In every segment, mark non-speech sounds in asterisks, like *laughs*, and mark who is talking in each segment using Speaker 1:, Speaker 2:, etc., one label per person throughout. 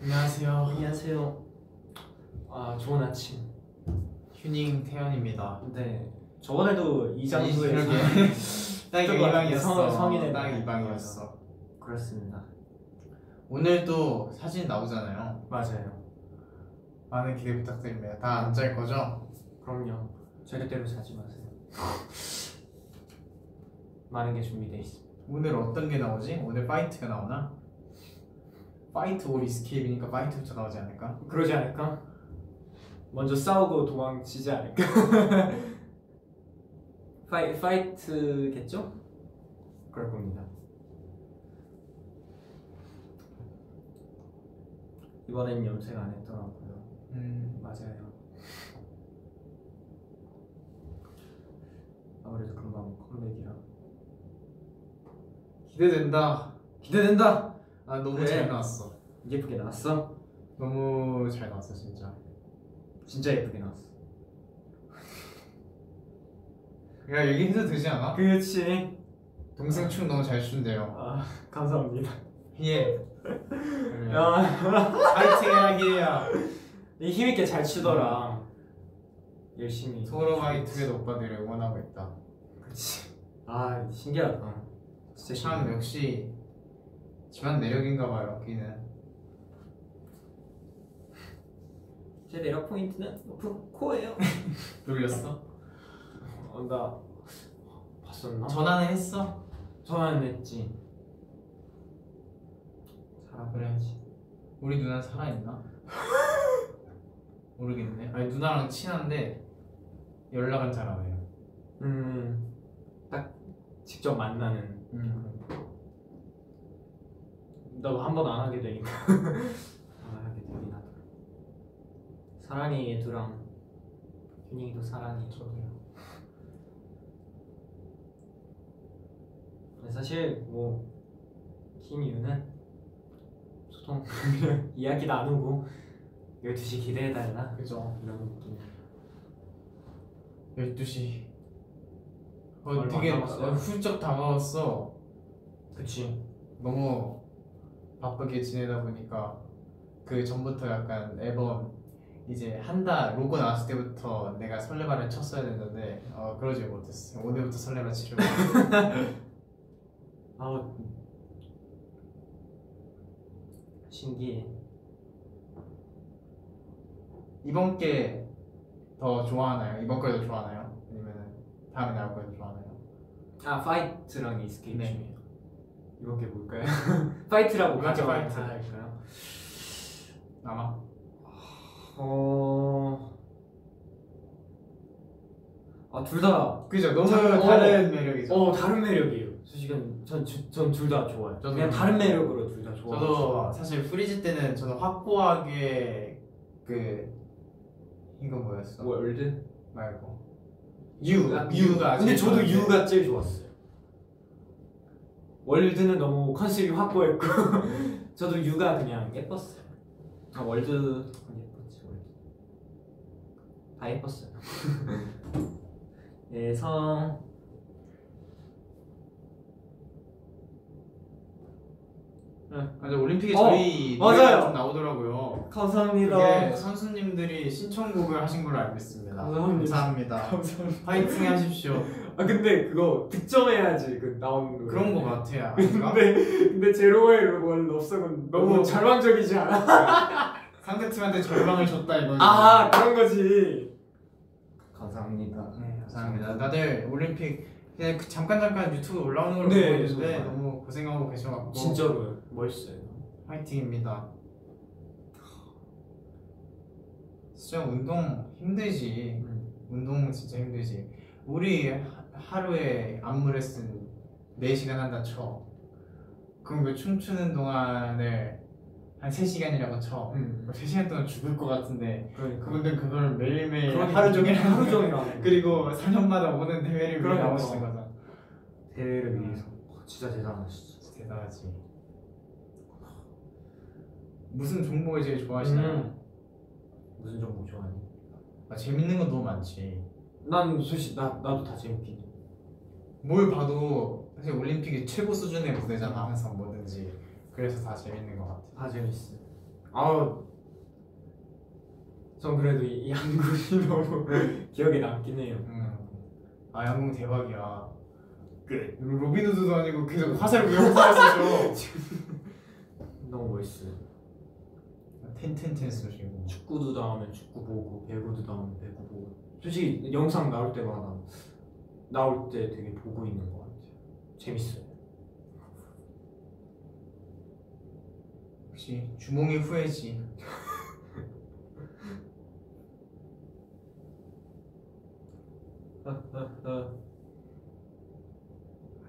Speaker 1: 안녕하세요.
Speaker 2: 안녕하세요.
Speaker 1: 아 좋은 아침.
Speaker 3: 휴닝 태연입니다.
Speaker 2: 네. 저번에도 이장소에서
Speaker 3: 이렇게.
Speaker 1: *laughs*
Speaker 3: 딱
Speaker 1: 저거
Speaker 3: 이방이었어. 네.
Speaker 1: 성- 성인의
Speaker 3: 딱
Speaker 1: 날.
Speaker 3: 이방이었어.
Speaker 2: 그렇습니다.
Speaker 3: 오늘 또 사진 나오잖아요.
Speaker 1: 맞아요.
Speaker 3: 많은 기대 부탁드립니다. 다 안 짤 거죠?
Speaker 1: 그럼요.
Speaker 2: 절대로 자지 마세요.
Speaker 1: 많은 게 준비돼 있습니다.
Speaker 3: 오늘 어떤 게 나오지? 오늘 파이트가 나오나? 파이트 올 이스케이프니까 파이트부터 나오지 않을까?
Speaker 1: 그러지 않을까? 먼저 싸우고 도망치지 않을까? *laughs*
Speaker 2: 파이 파이트겠죠?
Speaker 1: 그럴 겁니다.
Speaker 2: 이번엔 염색 안 했더라고요.
Speaker 3: 음,
Speaker 1: 맞아요.
Speaker 2: 아무래도 금방 컴백이라.
Speaker 3: 기대된다.
Speaker 2: 기대된다.
Speaker 3: 아 너무
Speaker 2: 그래.
Speaker 3: 잘 나왔어.
Speaker 2: 예쁘게 나왔어.
Speaker 3: 너무 잘 나왔어 진짜.
Speaker 2: 진짜 예쁘게 나왔어.
Speaker 3: 야 얘기해도 되지 않아?
Speaker 1: 그렇지.
Speaker 3: 동생 춤 너무 잘 춘대요.
Speaker 1: 아 감사합니다.
Speaker 3: *laughs* 예. 네.
Speaker 1: 야,
Speaker 2: 아,
Speaker 3: 파이팅 하기야.
Speaker 1: 이 힘있게 잘 치더라. 열심히.
Speaker 3: 서로 파이팅의 오빠들을 응원하고 있다.
Speaker 1: 그렇지.
Speaker 2: 아 신기하다. 진짜
Speaker 3: 참 역시 집안 내력인가 봐요 여기는
Speaker 2: 신기해. 제 매력 포인트는 높은 코예요.
Speaker 3: 놀렸어?
Speaker 1: 어, 나 봤었나?
Speaker 3: 전화는 했어?
Speaker 1: 전화는 했지.
Speaker 2: 사람
Speaker 3: 그래야지. 우리 누나 살아있나? 모르겠네 아니 누나랑 친한데 연락은 잘 안 해요
Speaker 1: 음, 딱 직접 만나는. 음. 나도 한 번 안 하게
Speaker 2: *laughs*
Speaker 1: 되니까.
Speaker 2: 아하게 되긴 하다. 사랑이 얘두랑 윤이도 사랑이 저도요. 사실 뭐 김이유는 소통 *laughs* 그냥 이야기 나누고 12시 기대해달라
Speaker 3: 그죠
Speaker 2: 이런 느낌
Speaker 3: 12시 어,
Speaker 1: 얼마
Speaker 3: 되게
Speaker 1: 안 남았어요.
Speaker 3: 어, 훌쩍 다가왔어
Speaker 2: 그치
Speaker 3: 너무 바쁘게 지내다 보니까 그 전부터 약간 앨범 이제 한다 로고 나왔을 때부터 내가 설레발을 쳤어야 됐는데 어, 그러지 못했어 오늘부터 설레발
Speaker 1: *laughs*
Speaker 3: 치려고
Speaker 2: 아 신기해
Speaker 3: 이번 게 더 좋아하나요? 이번 걸 더 좋아하나요? 아니면 다음에 나올 걸 더 좋아하나요?
Speaker 2: 아 파이트랑 이스케이프
Speaker 3: 네.
Speaker 2: 중에 이번
Speaker 3: *laughs*
Speaker 2: 게 뭘까요? 파이트라고
Speaker 3: 맞아,
Speaker 2: 가져가-
Speaker 3: 파이트.
Speaker 2: 아, 할까요?
Speaker 3: 아마
Speaker 2: 어... 아둘다
Speaker 3: 그죠 너무
Speaker 2: 참,
Speaker 3: 다른 매력이죠
Speaker 1: 어 다른 매력이에요.
Speaker 2: 솔직히 전전둘 다 좋아요.
Speaker 3: 저도
Speaker 2: 그냥
Speaker 3: 그래요.
Speaker 2: 다른 매력으로 둘 다 좋아요.
Speaker 3: 저도 사실 프리즈 때는 저는 확고하게 그 이거 뭐였어?
Speaker 2: 월드.
Speaker 3: 말고 유 유가 아직
Speaker 1: 근데 저도
Speaker 3: 저한테-
Speaker 1: 유가 제일 좋았어요. 월드는 너무 컨셉이 확고했고 *laughs* 저도 유가 그냥
Speaker 2: 예뻤어요. 아 월드 예뻤지 월드. 다
Speaker 1: *laughs*
Speaker 2: 예뻤어요. 예성.
Speaker 3: 맞아 올림픽에
Speaker 1: 어,
Speaker 3: 저희
Speaker 1: 맞아요.
Speaker 3: 노래가 좀 나오더라고요.
Speaker 1: 감사합니다.
Speaker 3: 그게 선수님들이 신청곡을 하신 걸로 알고 있습니다.
Speaker 1: 감사합니다.
Speaker 3: 감사합니다.
Speaker 1: 감사합니다.
Speaker 3: 파이팅 하십시오.
Speaker 1: 아 근데 그거 득점해야지 그 나오는 노래.
Speaker 3: 그런 거 같아요.
Speaker 2: 네.
Speaker 3: *laughs* 아닌가?
Speaker 1: 근데 근데 제로웨이 월 럽성은 너무
Speaker 3: 너무
Speaker 1: 절망적이지 않아?
Speaker 3: 상대팀한테 절망을 줬다 이거죠.
Speaker 1: 아 그런 거지.
Speaker 2: 음. 감사합니다.
Speaker 3: 네, 감사합니다. 다들 올림픽 그냥 그 잠깐 잠깐 유튜브 올라오는 걸로
Speaker 1: 네,
Speaker 3: 보였는데
Speaker 1: 정말.
Speaker 3: 너무 고생하고 계셔갖고
Speaker 1: 진짜로요. 멋있어요.
Speaker 3: 파이팅입니다. 진짜 운동 힘들지.
Speaker 2: 음.
Speaker 3: 운동 진짜 힘들지. 우리 하- 하루에 안무 레슨 4시간 한다 쳐. 그럼 그 춤추는 동안을 한 3시간이라고 쳐.
Speaker 1: 음.
Speaker 3: 3시간 동안 죽을 것 같은데
Speaker 1: 그러니까.
Speaker 3: 그분들 그걸 매일매일
Speaker 1: 그러니까.
Speaker 3: 하루 종일 하는
Speaker 1: 하루
Speaker 3: 거야.
Speaker 1: 종일 하는 거.
Speaker 3: 그리고 4년마다 오는 대회를 위해
Speaker 1: 그러니까.
Speaker 3: 나오시는 거잖아.
Speaker 2: 대회를 위해서. 와, 진짜 대단하시죠.
Speaker 3: 진짜 대단하지. 무슨 종목을 제일 좋아하시나요?
Speaker 2: 무슨 정보 좋아하니?
Speaker 3: 아, 재밌는 건 너무 많지.
Speaker 1: 난 솔직히 나 나도 다 재밌긴. 해.
Speaker 3: 뭘 봐도 사실 올림픽이 최고 수준의 무대잖아 항상 뭐든지. 그래서 다 재밌는 것 같아.
Speaker 1: 다 재밌어. 아우 전 그래도 이, 이 한국이 *laughs* 너무
Speaker 2: 네.
Speaker 1: 기억에 남긴 해요
Speaker 3: 음. 아 양궁 대박이야. 끝. 로빈후드도 아니고 계속 화살을 왜 화살했었죠?
Speaker 1: 너무 멋있어요
Speaker 3: 텐텐텐 쏘시고.
Speaker 1: 축구도 나오면 축구 보고 배구도 나오면 배구 보고 솔직히 영상 나올 때마다 나올 때 되게 보고 있는 것 같아요 재밌어요
Speaker 3: 역시 주몽이 후회지.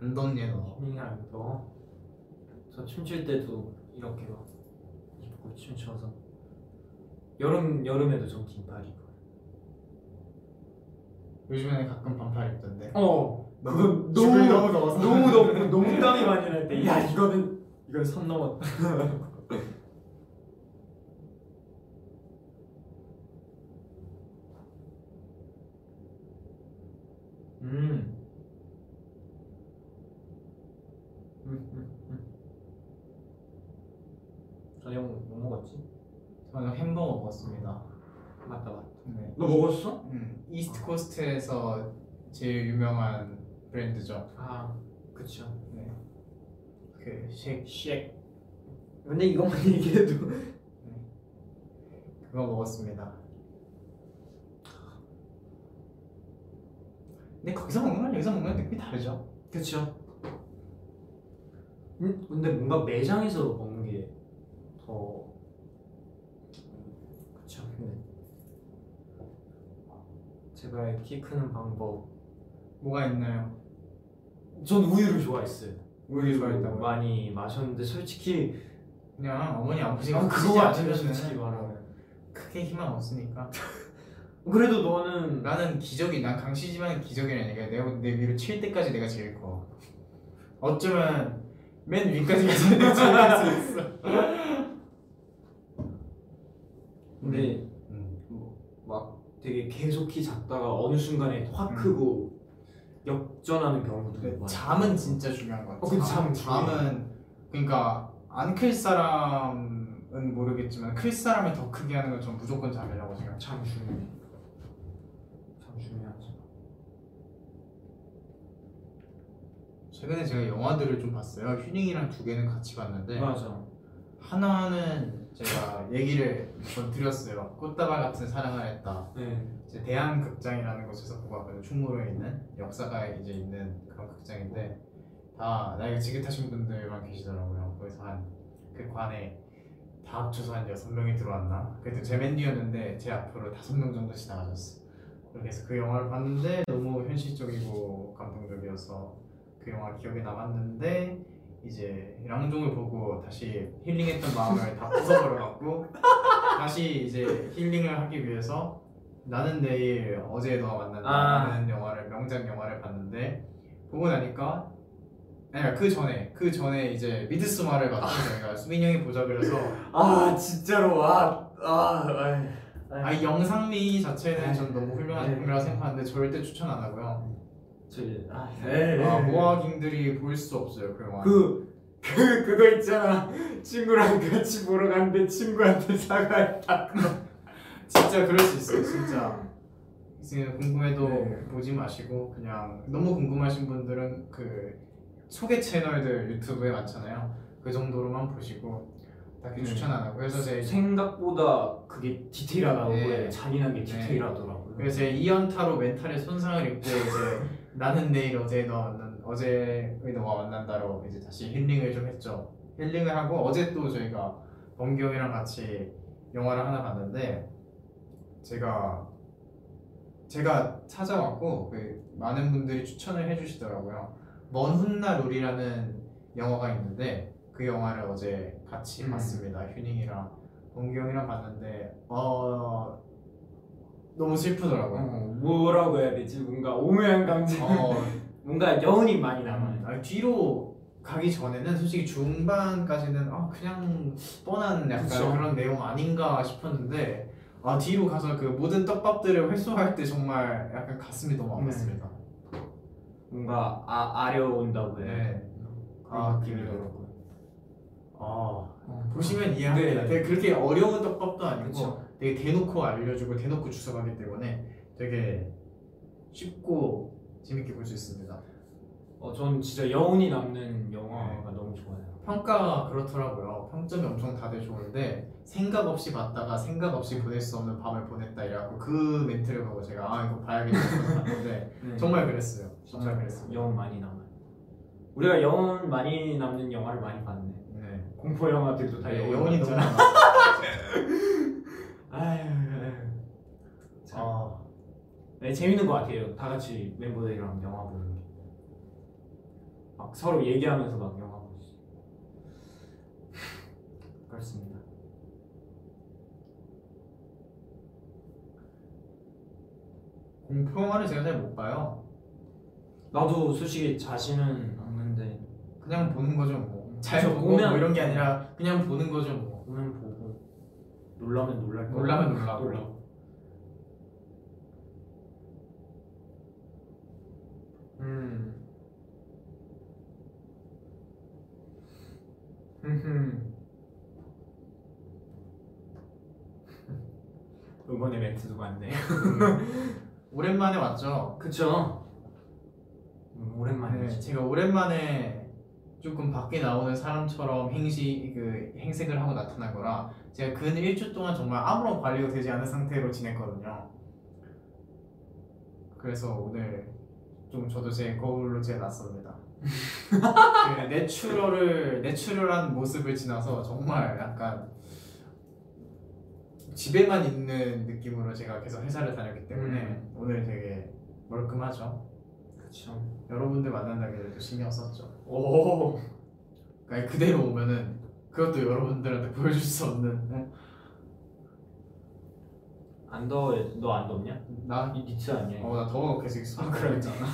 Speaker 3: 안 덥네 너.
Speaker 1: 민아 너저 춤출 때도 이렇게 막 입고 춤춰서 여름 여름에도 전 긴팔 입어요
Speaker 3: 요즘에는 가끔 반팔 입던데.
Speaker 1: 어 그거
Speaker 3: 집을
Speaker 1: 너무
Speaker 3: 더워서.
Speaker 1: 너무 너무 너무 땀이 많이 날 때 야 이거는 이건 선 넘었다 *laughs* 음. 음, 음, 음. 저녁 뭐 먹었지?
Speaker 3: 저는 햄버거 먹었습니다.
Speaker 1: 맞다 맞다
Speaker 3: 네.
Speaker 1: 너 뭐- 먹었어?
Speaker 3: 음, 이스트 코스트에서 제일 유명한 브랜드죠.
Speaker 1: 아 그쵸
Speaker 3: 네. 그 쉐이크
Speaker 1: 쉑 근데 이것만 *laughs* 얘기해도
Speaker 3: 그거 먹었습니다. 근데 거기서 먹는 거랑 여기서 먹는 건 느낌이 다르죠?
Speaker 1: 그렇죠. 음, 근데 뭔가 매장에서 먹는 게 더 그렇죠. 네. 제발 키 크는 방법.
Speaker 3: 뭐가 있나요?
Speaker 1: 전 우유를 좋아했어요.
Speaker 3: 우유
Speaker 1: 많이 마셨는데 솔직히
Speaker 3: 그냥 어머니 아버지가 네.
Speaker 1: 아,
Speaker 3: 드시지
Speaker 1: 그거 아니면
Speaker 3: 않으면은
Speaker 1: 솔직히 말하면
Speaker 3: 크게 희망 없으니까
Speaker 1: 그래도 너는
Speaker 3: 나는 기적이 난 강씨 집안의 기적이라는 얘기야 내, 내 위로 칠 때까지 내가 제일 커 어쩌면 맨 위까지 가서 내가 제일 클수 있어
Speaker 1: 근데
Speaker 3: 음.
Speaker 1: 막 되게 계속 키 작다가 어느 순간에 확
Speaker 3: 음.
Speaker 1: 크고 역전하는 경우도
Speaker 3: 근데
Speaker 1: 많아요.
Speaker 3: 그 잠은 진짜 중요한 것
Speaker 1: 어,
Speaker 3: 같아
Speaker 1: 그 잠,
Speaker 3: 잠은 그러니까 안 클 사람은 모르겠지만 클 사람을 더 크게 하는 건 전 무조건 잠이라고 생각해
Speaker 1: 참 중요해. 참 중요하지.
Speaker 3: 최근에 제가 영화들을 좀 봤어요 휴닝이랑 두 개는 같이 봤는데
Speaker 1: 맞아.
Speaker 3: 하나는 제가 얘기를 좀 드렸어요. 꽃다발 같은 사랑을 했다.
Speaker 1: 네.
Speaker 3: 이제 대한극장이라는 곳에서 보고 왔거든요. 충무로에 있는 역사가 이제 있는 그런 극장인데 다 나이가 지긋하신 분들만 계시더라고요. 거기서 한 그 관에 다 합쳐서 한 여섯 명이 들어왔나? 그래도 제맨 뒤였는데 제 앞으로 다섯 명 정도씩 나와줬어. 그래서 그 영화를 봤는데 너무 현실적이고 감동적이어서 그 영화 기억에 남았는데 이제 랑종을 보고 다시 힐링했던 마음을 다 부숴버려갖고 *laughs* 다시 이제 힐링을 하기 위해서 나는 내일 어제 너와 만난다라는 영화를 명작 영화를 봤는데 보고 나니까 아니 그 전에 그 전에 이제 미드스마를 봤어요 저희가 수민 형이 보자 그래서
Speaker 1: 아 진짜로 와. 아. 아이.
Speaker 3: 아 이 영상미 자체는 전 너무 훌륭한
Speaker 1: 네.
Speaker 3: 작품이라 생각하는데 절대 추천 안 하고요
Speaker 1: 저기. 아.
Speaker 3: 아,
Speaker 1: 뭐.
Speaker 3: 모아킹들이 볼 수 없어요 그 영화
Speaker 1: 그. 그 그거 있잖아 친구랑 같이 보러 갔는데 친구한테 사과했다
Speaker 3: 진짜 그럴 수 있어요 진짜 지금 궁금해도
Speaker 1: 네.
Speaker 3: 보지 마시고 그냥 너무 궁금하신 분들은 그 소개 채널들 유튜브에 많잖아요 그 정도로만 보시고 딱히
Speaker 1: 네.
Speaker 3: 추천 안 하고 그래서 제
Speaker 1: 생각보다 그게 디테일하다고
Speaker 3: 네.
Speaker 1: 그래 잔인한 게
Speaker 3: 네.
Speaker 1: 디테일하더라고요
Speaker 3: 그래서 제 2연타로 멘탈에 손상을 입고 이제 나는 내일 어제 너와 만난 어제의 너와 만난다로 이제 다시 힐링을 좀 했죠. 힐링을 하고 어제 또 저희가 범규 형이랑 같이 영화를 하나 봤는데 제가 제가 찾아왔고 그 많은 분들이 추천을 해주시더라고요. 먼 훗날 우리라는 영화가 있는데 그 영화를 어제 같이
Speaker 1: 음.
Speaker 3: 봤습니다. 휴닝이랑 범규 형이랑 봤는데 어 너무 슬프더라고요.
Speaker 1: 어, 뭐라고 해야 되지 뭔가 오묘한 감정
Speaker 3: 어,
Speaker 1: 음. 뭔가 여운이 많이 남아요
Speaker 3: 아, 뒤로 가기 전에는 솔직히 중반까지는 아, 그냥 뻔한 약간
Speaker 1: 그쵸.
Speaker 3: 그런 내용 아닌가 싶었는데 아, 뒤로 가서 그 모든 떡밥들을 회수할 때 정말 약간 가슴이 너무 아팠습니다.
Speaker 1: 뭔가 아, 아려온다고 해야 되나?
Speaker 3: 네.
Speaker 1: 그런
Speaker 3: 아, 그
Speaker 1: 느낌이더라고요
Speaker 3: 아
Speaker 1: 어,
Speaker 3: 보시면 이해합니다.
Speaker 1: 네.
Speaker 3: 되게 그렇게 어려운 떡밥도 아니고
Speaker 1: 그렇죠.
Speaker 3: 되게 대놓고 알려주고 대놓고 주석하기 때문에 되게 쉽고 재밌게 볼 수 있습니다.
Speaker 1: 어, 전 진짜 여운이 남는 영화가
Speaker 3: 네.
Speaker 1: 너무 좋아요.
Speaker 3: 평가가 그렇더라고요. 평점이 엄청 다들 좋은데 생각 없이 봤다가 생각 없이 보낼 수 없는 밤을 보냈다 이래갖고 그 멘트를 보고 제가 아 이거 봐야겠다 생각했는데
Speaker 1: *laughs* 네.
Speaker 3: 정말 그랬어요. 정말
Speaker 1: 정말
Speaker 3: 그랬습니다.
Speaker 1: 여운 많이 남아요. 우리가 여운 많이 남는 영화를 많이 아, 봤네.
Speaker 3: 네.
Speaker 1: 공포 영화들도 다
Speaker 3: 네,
Speaker 1: 여운이
Speaker 3: 영혼이
Speaker 1: 남아.
Speaker 3: 전화.
Speaker 1: 아유, 아유. 참.
Speaker 3: 아
Speaker 1: 네, 재밌는 것 같아요. 다 같이 멤버들이랑 영화 보는 게. 막 서로 얘기하면서 막 영화 보지. 그렇습니다.
Speaker 3: 공포 영화를 제가 잘 못 봐요.
Speaker 1: 나도 솔직히 자신은 없는데
Speaker 3: 그냥 보는 거죠 뭐. 잘
Speaker 1: 음. 그쵸,
Speaker 3: 보고 뭐
Speaker 1: 보면-
Speaker 3: 이런 게 아니라 그냥 보는 거죠
Speaker 1: *laughs*
Speaker 3: 뭐.
Speaker 1: 보면 보고 놀라면 놀랄 거.
Speaker 3: 놀라면 놀라고.
Speaker 1: 음. 흠흠. 이번에 멘트도 맞네.
Speaker 3: 음. 오랜만에 왔죠.
Speaker 1: 그쵸? 음,
Speaker 3: 네,
Speaker 1: 오랜만이지.
Speaker 3: 제가 오랜만에 조금 밖에 나오는 사람처럼 행시 그 행색을 하고 나타난 거라 제가 근 1주 동안 정말 아무런 관리가 되지 않은 상태로 지냈거든요. 그래서 오늘 좀 저도 제 거울로 제 낯섭니다. 그 내추럴을 내추럴한 모습을 지나서 정말 약간 집에만 있는 느낌으로 제가 계속 회사를 다녔기 때문에
Speaker 1: 음.
Speaker 3: 오늘 되게 멀끔하죠.
Speaker 1: 그쵸.
Speaker 3: 여러분들 만난다길래 도 신경 썼죠.
Speaker 1: 오.
Speaker 3: 그러니까 그대로 오면은 그것도 여러분들한테 보여줄 수 없는 네?
Speaker 1: 안 더워, 너 안 덥냐?
Speaker 3: 나
Speaker 1: 이 니트 아니야?
Speaker 3: 어 나 더워 계속 있어 그랬잖아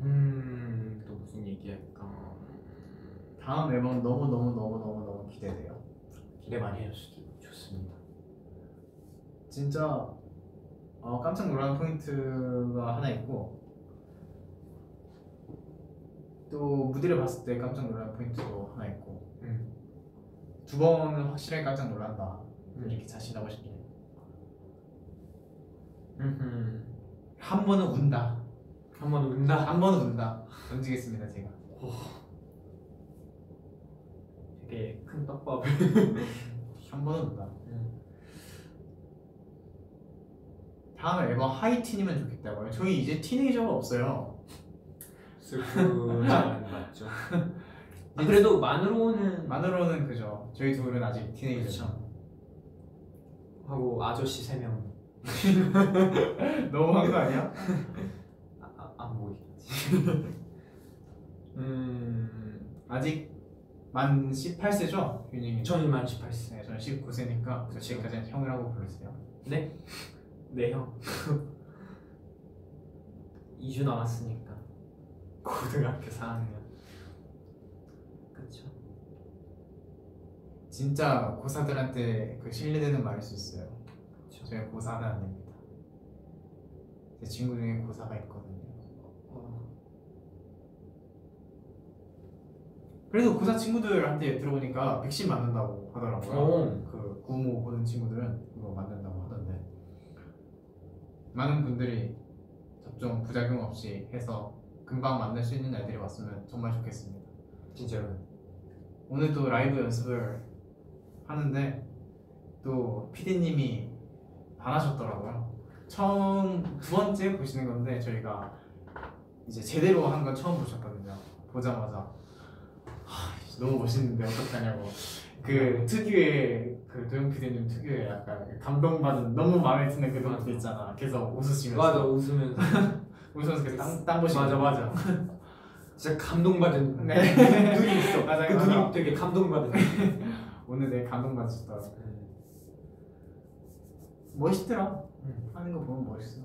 Speaker 1: 음, 또 무슨 얘기할까? 음,
Speaker 3: 다음 앨범 너무 너무 너무 너무 너무 기대돼요
Speaker 1: 기대 많이 해주셔도 좋습니다.
Speaker 3: 진짜 어, 깜짝 놀라는 포인트가 하나 있고 또 무대를 봤을 때 깜짝 놀라는 포인트도 하나 있고
Speaker 1: 음.
Speaker 3: 두 번은 확실하게 깜짝 놀란다 이렇게 자신하고 싶긴
Speaker 1: 음.
Speaker 3: 해한 번은 운다
Speaker 1: 한번 운다.
Speaker 3: 한 번은 운다 던지겠습니다 제가
Speaker 1: 되게 큰 떡밥을. *laughs*
Speaker 3: 한 번은 예. 운다 다음 앨범 하이틴이면 좋겠다고요. 저희 이제 티네이저가 없어요.
Speaker 1: 슬프지만 맞죠. *laughs* 아, 그래도 만으로는
Speaker 3: 만으로는 그죠. 저희 둘은 아직 티네이저.
Speaker 1: 그렇죠. 하고 아저씨 세 명.
Speaker 3: *laughs* 너무한 거 아니야?
Speaker 1: 아, 아, 안 보이겠지. *laughs* 음,
Speaker 3: 아직 만 18세죠, 균이.
Speaker 1: 저는 만 18세.
Speaker 3: 네, 저는 19세니까 그 지금까지는 형이라고 부르세요.
Speaker 1: 네 형. *laughs* 2주 남았으니까 고등학교 4학년. 그렇죠.
Speaker 3: 진짜 고사들한테 그 신뢰되는 말일 수 있어요.
Speaker 1: 그렇죠.
Speaker 3: 저희 고사는 아닙니다. 제 친구 중에 고사가 있거든요.
Speaker 1: 어,
Speaker 3: 그래도 고사 친구들한테 들어보니까 백신 맞는다고 하더라고요.
Speaker 1: 오.
Speaker 3: 그 구모 보는 친구들은 그거 만든다고 하던데 많은 분들이 접종 부작용 없이 해서 금방 만날 수 있는 날들이 왔으면 정말 좋겠습니다.
Speaker 1: 진짜로.
Speaker 3: 오늘도 라이브 연습을 하는데 또 PD님이 반하셨더라고요. 처음 두 번째 보시는 건데 저희가 이제 제대로 한 건 처음 보셨거든요. 보자마자 하, 씨, 너무 멋있는데 어떡하냐고 그 특유의 그 도영 PD님 특유의 약간 그 감동받은 너무 마음에 드는 그 동작 있잖아. 계속 웃으시면서
Speaker 1: 맞아 웃으면서.
Speaker 3: 웃으면서 계속 땅, 땅 보시면서
Speaker 1: 맞아 맞아. 진짜 감동받은
Speaker 3: 네.
Speaker 1: 눈이
Speaker 3: *laughs*
Speaker 1: 있어.
Speaker 3: 맞아요,
Speaker 1: 그
Speaker 3: 맞아요.
Speaker 1: 눈이 되게 감동받은.
Speaker 3: 오늘 되게 감동받으셨더라고요. 멋있더라.
Speaker 1: 응.
Speaker 3: 하는 거 보면 멋있어.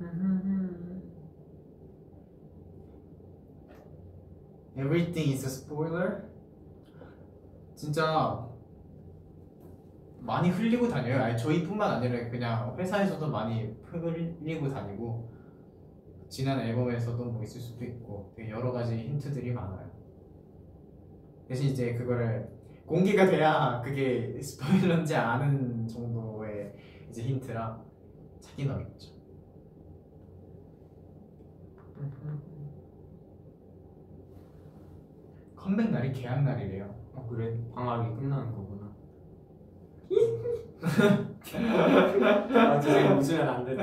Speaker 3: 음. Everything is a spoiler. 진짜 많이 흘리고 다녀요. 아니 저희뿐만 아니라 그냥 회사에서도 많이 흘리고 다니고 지난 앨범에서도 뭐 있을 수도 있고 되게 여러 가지 힌트들이 많아요. 대신 이제 그거를 공개가 돼야 그게 스포일러인지 아는 정도의 이제 힌트라 찾긴 어렵죠. 컴백 날이 계약 날이래요.
Speaker 1: 아 그래? 방학이 끝나는
Speaker 3: *laughs*
Speaker 1: 거구나. 아 저게 웃으면 안 되네.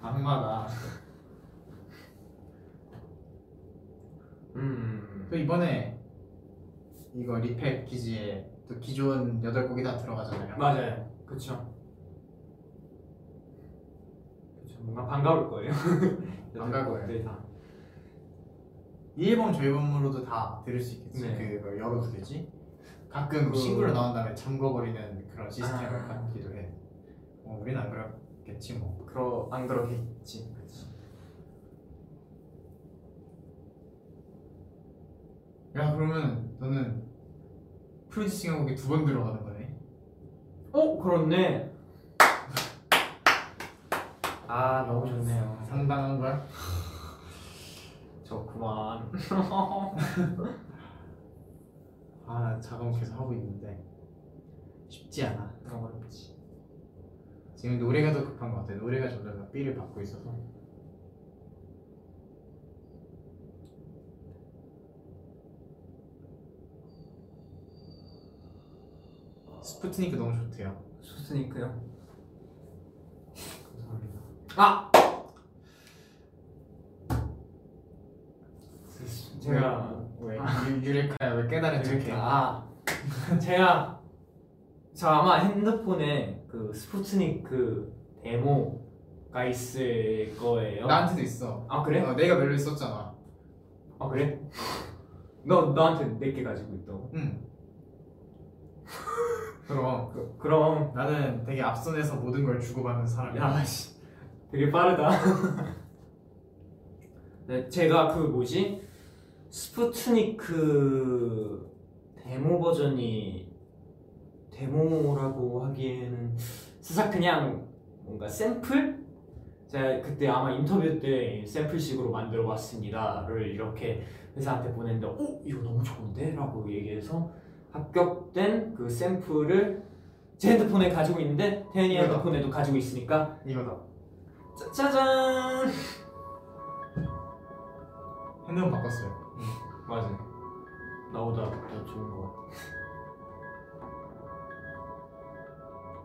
Speaker 3: 악마다.
Speaker 1: 음.
Speaker 3: 또그 이번에 이거 리팩 기지에 또 기존 8곡이 다 들어가잖아요.
Speaker 1: 음. 맞아요. 그쵸. 그쵸. 뭔가 반가울 거예요.
Speaker 3: *laughs* 반가울 거예요.
Speaker 1: 네, 다.
Speaker 3: 이 앨범 저 앨범으로도 다 들을 수 있겠지.
Speaker 1: 네.
Speaker 3: 그걸 열어도 되지. 가끔 뭐
Speaker 1: 그-
Speaker 3: 싱글로 나온 다음에 잠궈버리는 그런 시스템을
Speaker 1: 아.
Speaker 3: 갖기도 해. 뭐 우린 안 그렇겠지 뭐.
Speaker 1: 그러 안 그러겠지. 그치.
Speaker 3: 야 그러면 너는 프로듀싱 한곡에 두 번 들어가는 거네.
Speaker 1: 어 그렇네. 아 너무 좋네요.
Speaker 3: 상당한 거야?
Speaker 1: 저 그만. *laughs*
Speaker 3: 아나 작업 계속 하고 있는데 쉽지 않아.
Speaker 1: 너무 어렵지.
Speaker 3: 지금 노래가 더 급한 것 같아. 노래가 점점 더 삐를 받고 있어서. 스푸트니크 너무 좋대요.
Speaker 1: 좋으니까요. 감사합니다. 아. 제가
Speaker 3: 왜 아, 유- 유레카야 왜 깨달은
Speaker 1: 이렇게
Speaker 3: 척해?
Speaker 1: 아 제가 저 아마 핸드폰에 그 스푸트니크 데모가 있을 거예요.
Speaker 3: 나한테도 있어.
Speaker 1: 아 그래?
Speaker 3: 어, 내가 멜로 썼잖아.
Speaker 1: 아 그래? 너 너한테 내게 가지고 있다고?
Speaker 3: *laughs* 응. 그럼
Speaker 1: 그, 그럼
Speaker 3: 나는 되게 앞선에서 모든 걸 주고받는 사람이야.
Speaker 1: 야씨 되게 빠르다. *laughs* 네, 제가 그 뭐지 스푸트니크 데모 버전이 데모라고 하기에는 사사 그냥 뭔가 샘플? 제가 그때 아마 인터뷰 때 샘플식으로 만들어 봤습니다를 이렇게 회사한테 보냈는데 어? 이거 너무 좋은데? 라고 얘기해서 합격된 그 샘플을 제 핸드폰에 가지고 있는데 태현이
Speaker 3: 그래요.
Speaker 1: 핸드폰에도 가지고 있으니까
Speaker 3: 이거다.
Speaker 1: 짜- 짜잔
Speaker 3: 핸드폰 바꿨어요.
Speaker 1: 맞아 나보다 더 좋은 거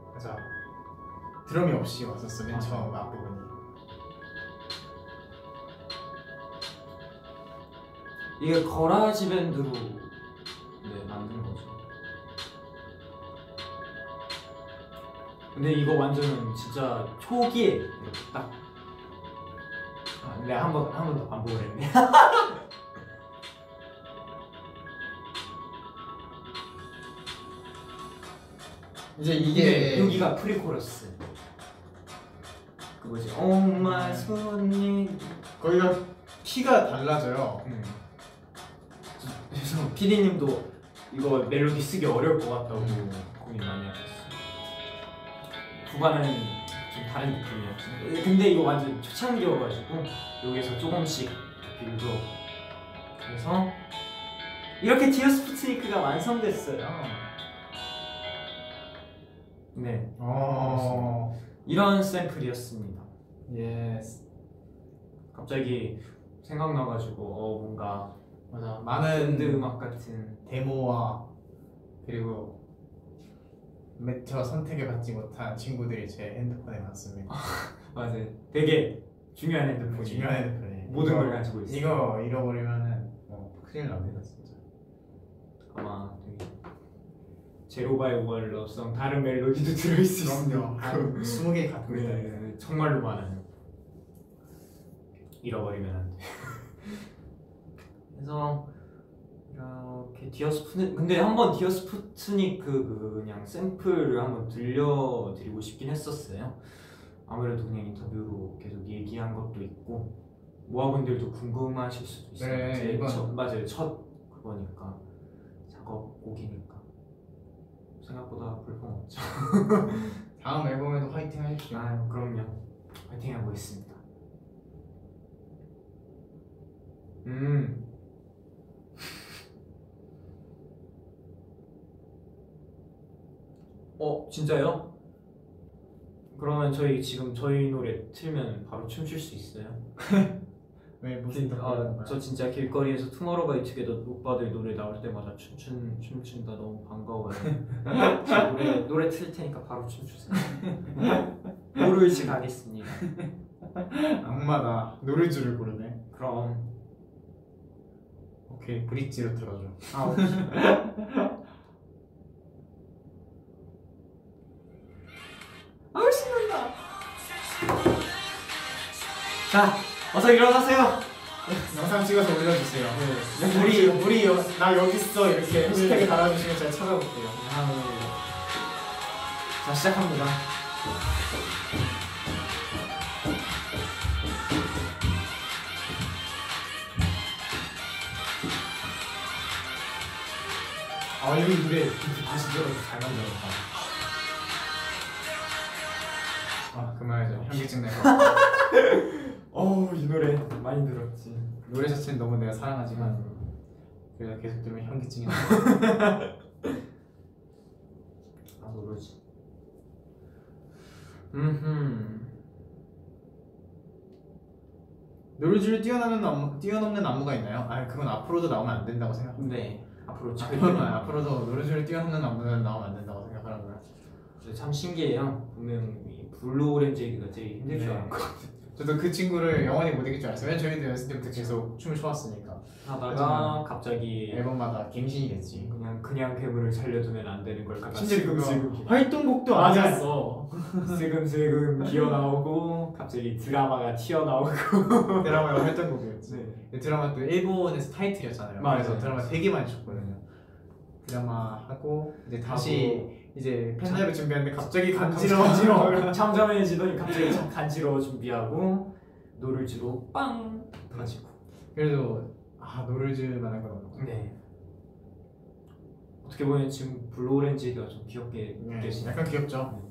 Speaker 1: 같아
Speaker 3: 자 드럼이 없이 왔었어 맨
Speaker 1: 아.
Speaker 3: 처음 앞부분이.
Speaker 1: 이게 거라지 밴드로 네 만든 거죠 근데 이거 완전 진짜 초기에 이렇게 딱 아, 내가 한번 한 번더 반복을 했네
Speaker 3: 이제
Speaker 1: 이게
Speaker 3: 이게
Speaker 1: 여기가 프리코러스 그거지 Oh my 손님
Speaker 3: 거기가 키가 달라져요.
Speaker 1: 음. 그래서 피디님도 이거 멜로디 쓰기 어려울 것 같다고 고민 많이 하셨어요. 음. 구간은 좀 다른 느낌이었어요. 네, 근데 이거 완전 초창기여가지고 여기서 조금씩 빌드 그래서 이렇게 디어 스푸트니크가 완성됐어요. 네,
Speaker 3: 아, 어.
Speaker 1: 이런 샘플이었습니다.
Speaker 3: 예스.
Speaker 1: 갑자기 생각나가지고 어 뭔가
Speaker 3: 맞아.
Speaker 1: 밴드
Speaker 3: 많은
Speaker 1: 음악 같은
Speaker 3: 데모와 그리고 매처 선택을 받지 못한 친구들이 제 핸드폰에 많습니다. 그
Speaker 1: 맞아요. 되게 중요한 핸드폰이
Speaker 3: 중요한 핸드폰에
Speaker 1: 모든
Speaker 3: 이거-
Speaker 1: 걸 가지고 있어요.
Speaker 3: 이거 잃어버리면은 뭐 큰일 납니다 진짜.
Speaker 1: 아마 되게 제로 바이 원 러브송 다른 멜로디도 들어있을 수 있고
Speaker 3: 한 20개 아, 갖고 있다.
Speaker 1: 네, 정말로 많아요. 잃어버리면 안 돼. *laughs* 그래서 이렇게 디어스푸트 근데 한번 디어스푸트니 그 그냥 샘플을 한번 들려드리고 싶긴 했었어요. 아무래도 그냥 인터뷰로 계속 얘기한 것도 있고 모아분들도 궁금하실 수도 있어요.
Speaker 3: 네,
Speaker 1: 제
Speaker 3: 이건-
Speaker 1: 첫, 맞아요 첫 그거니까 작업곡이니까 생각보다 불편하죠.
Speaker 3: 다음 앨범에도 화이팅 해주시고
Speaker 1: 아 그럼요. 화이팅하고 있습니다. 음. *laughs* 어 진짜요? 그러면 저희 지금 저희 노래 틀면 바로 춤출 수 있어요?
Speaker 3: 왜 무슨
Speaker 1: 길-
Speaker 3: 덕분인
Speaker 1: 아,
Speaker 3: 거야?
Speaker 1: 저 진짜 길거리에서 투모로우바이투게더 오빠들 노래 나올 때마다 춤춘 춤춘다 너무
Speaker 3: *laughs*
Speaker 1: 반가워요. 저 노래 노래 틀 테니까 바로 춤추세요. 모르지 가겠습니다.
Speaker 3: 악마다 노를 줄을 고르네
Speaker 1: 그럼
Speaker 3: 오케이 브릿지로 틀어줘
Speaker 1: 아 혹시-
Speaker 2: *laughs* 아우 신난다.
Speaker 1: 자 어서 일어나세요.
Speaker 3: *laughs* 영상 찍어서 올려주세요 우리 우리 여, 나 여기 있어 이렇게 해시태그 달아주시면 제가 찾아볼게요
Speaker 1: 자 시작합니다.
Speaker 3: 아 여기 노래 다시 들어서 잘 만들었다 아 그만하자 현기증 내가
Speaker 1: 어우 이 노래 많이 들었지.
Speaker 3: 노래 자체는 너무 내가 사랑하지만 그래도 계속 들으면 현기증이 나
Speaker 1: 아 모르지. 음.
Speaker 3: 노를 줄을 뛰어넘는 안무, 뛰어넘는 안무가 있나요? 아 그건 앞으로도 나오면 안 된다고 생각합니다 아,
Speaker 1: 네. 앞으로
Speaker 3: 앞으로는 앞으로도 노를 줄을 뛰어넘는 안무는 나오면 안 된다고 생각하라고요
Speaker 1: 참 신기해요. 분명 이 블루 오렌지 얘기가 되게 힘들 줄
Speaker 3: 네.
Speaker 1: 알았고
Speaker 3: 저도 그 친구를 영원히 못 이길 줄 알았어요 왜냐면 저희도 연습 때부터 계속 춤을 춰왔으니까
Speaker 1: 하다가
Speaker 3: 하지만 예.
Speaker 1: 갑자기
Speaker 3: 앨범마다 갱신이겠지
Speaker 1: 그냥 그냥 괴물을 살려두면 안 되는 걸까?
Speaker 3: 심지어 아, 그거
Speaker 1: 지금
Speaker 3: 활동곡도 안 했어 *laughs*
Speaker 1: 맞았어. 슬금슬금 기어 나오고 갑자기 드라마가
Speaker 3: 네.
Speaker 1: 튀어나오고.
Speaker 3: 드라마가 활동곡이었지
Speaker 1: 네.
Speaker 3: 이 드라마 또 일본에서 타이틀이었잖아요.
Speaker 1: 맞아요.
Speaker 3: 그래서 드라마 되게 많이 쳤거든요. 드라마 하고 이제 다시 이제 팬사를 준비하는데 갑자기 간지러워.
Speaker 1: 간지러워. *laughs* 잠잠해지더니 갑자기 참 간지러워 준비하고 노를 주로 빵 터지고.
Speaker 3: *laughs* 그래도 아 노를 줄 만한 건 없는 것 같아요.
Speaker 1: 네. 어떻게 보면 지금 블루 오렌지 얘기가 좀 귀엽게
Speaker 3: 네,
Speaker 1: 느껴지네요.
Speaker 3: 약간 귀엽죠.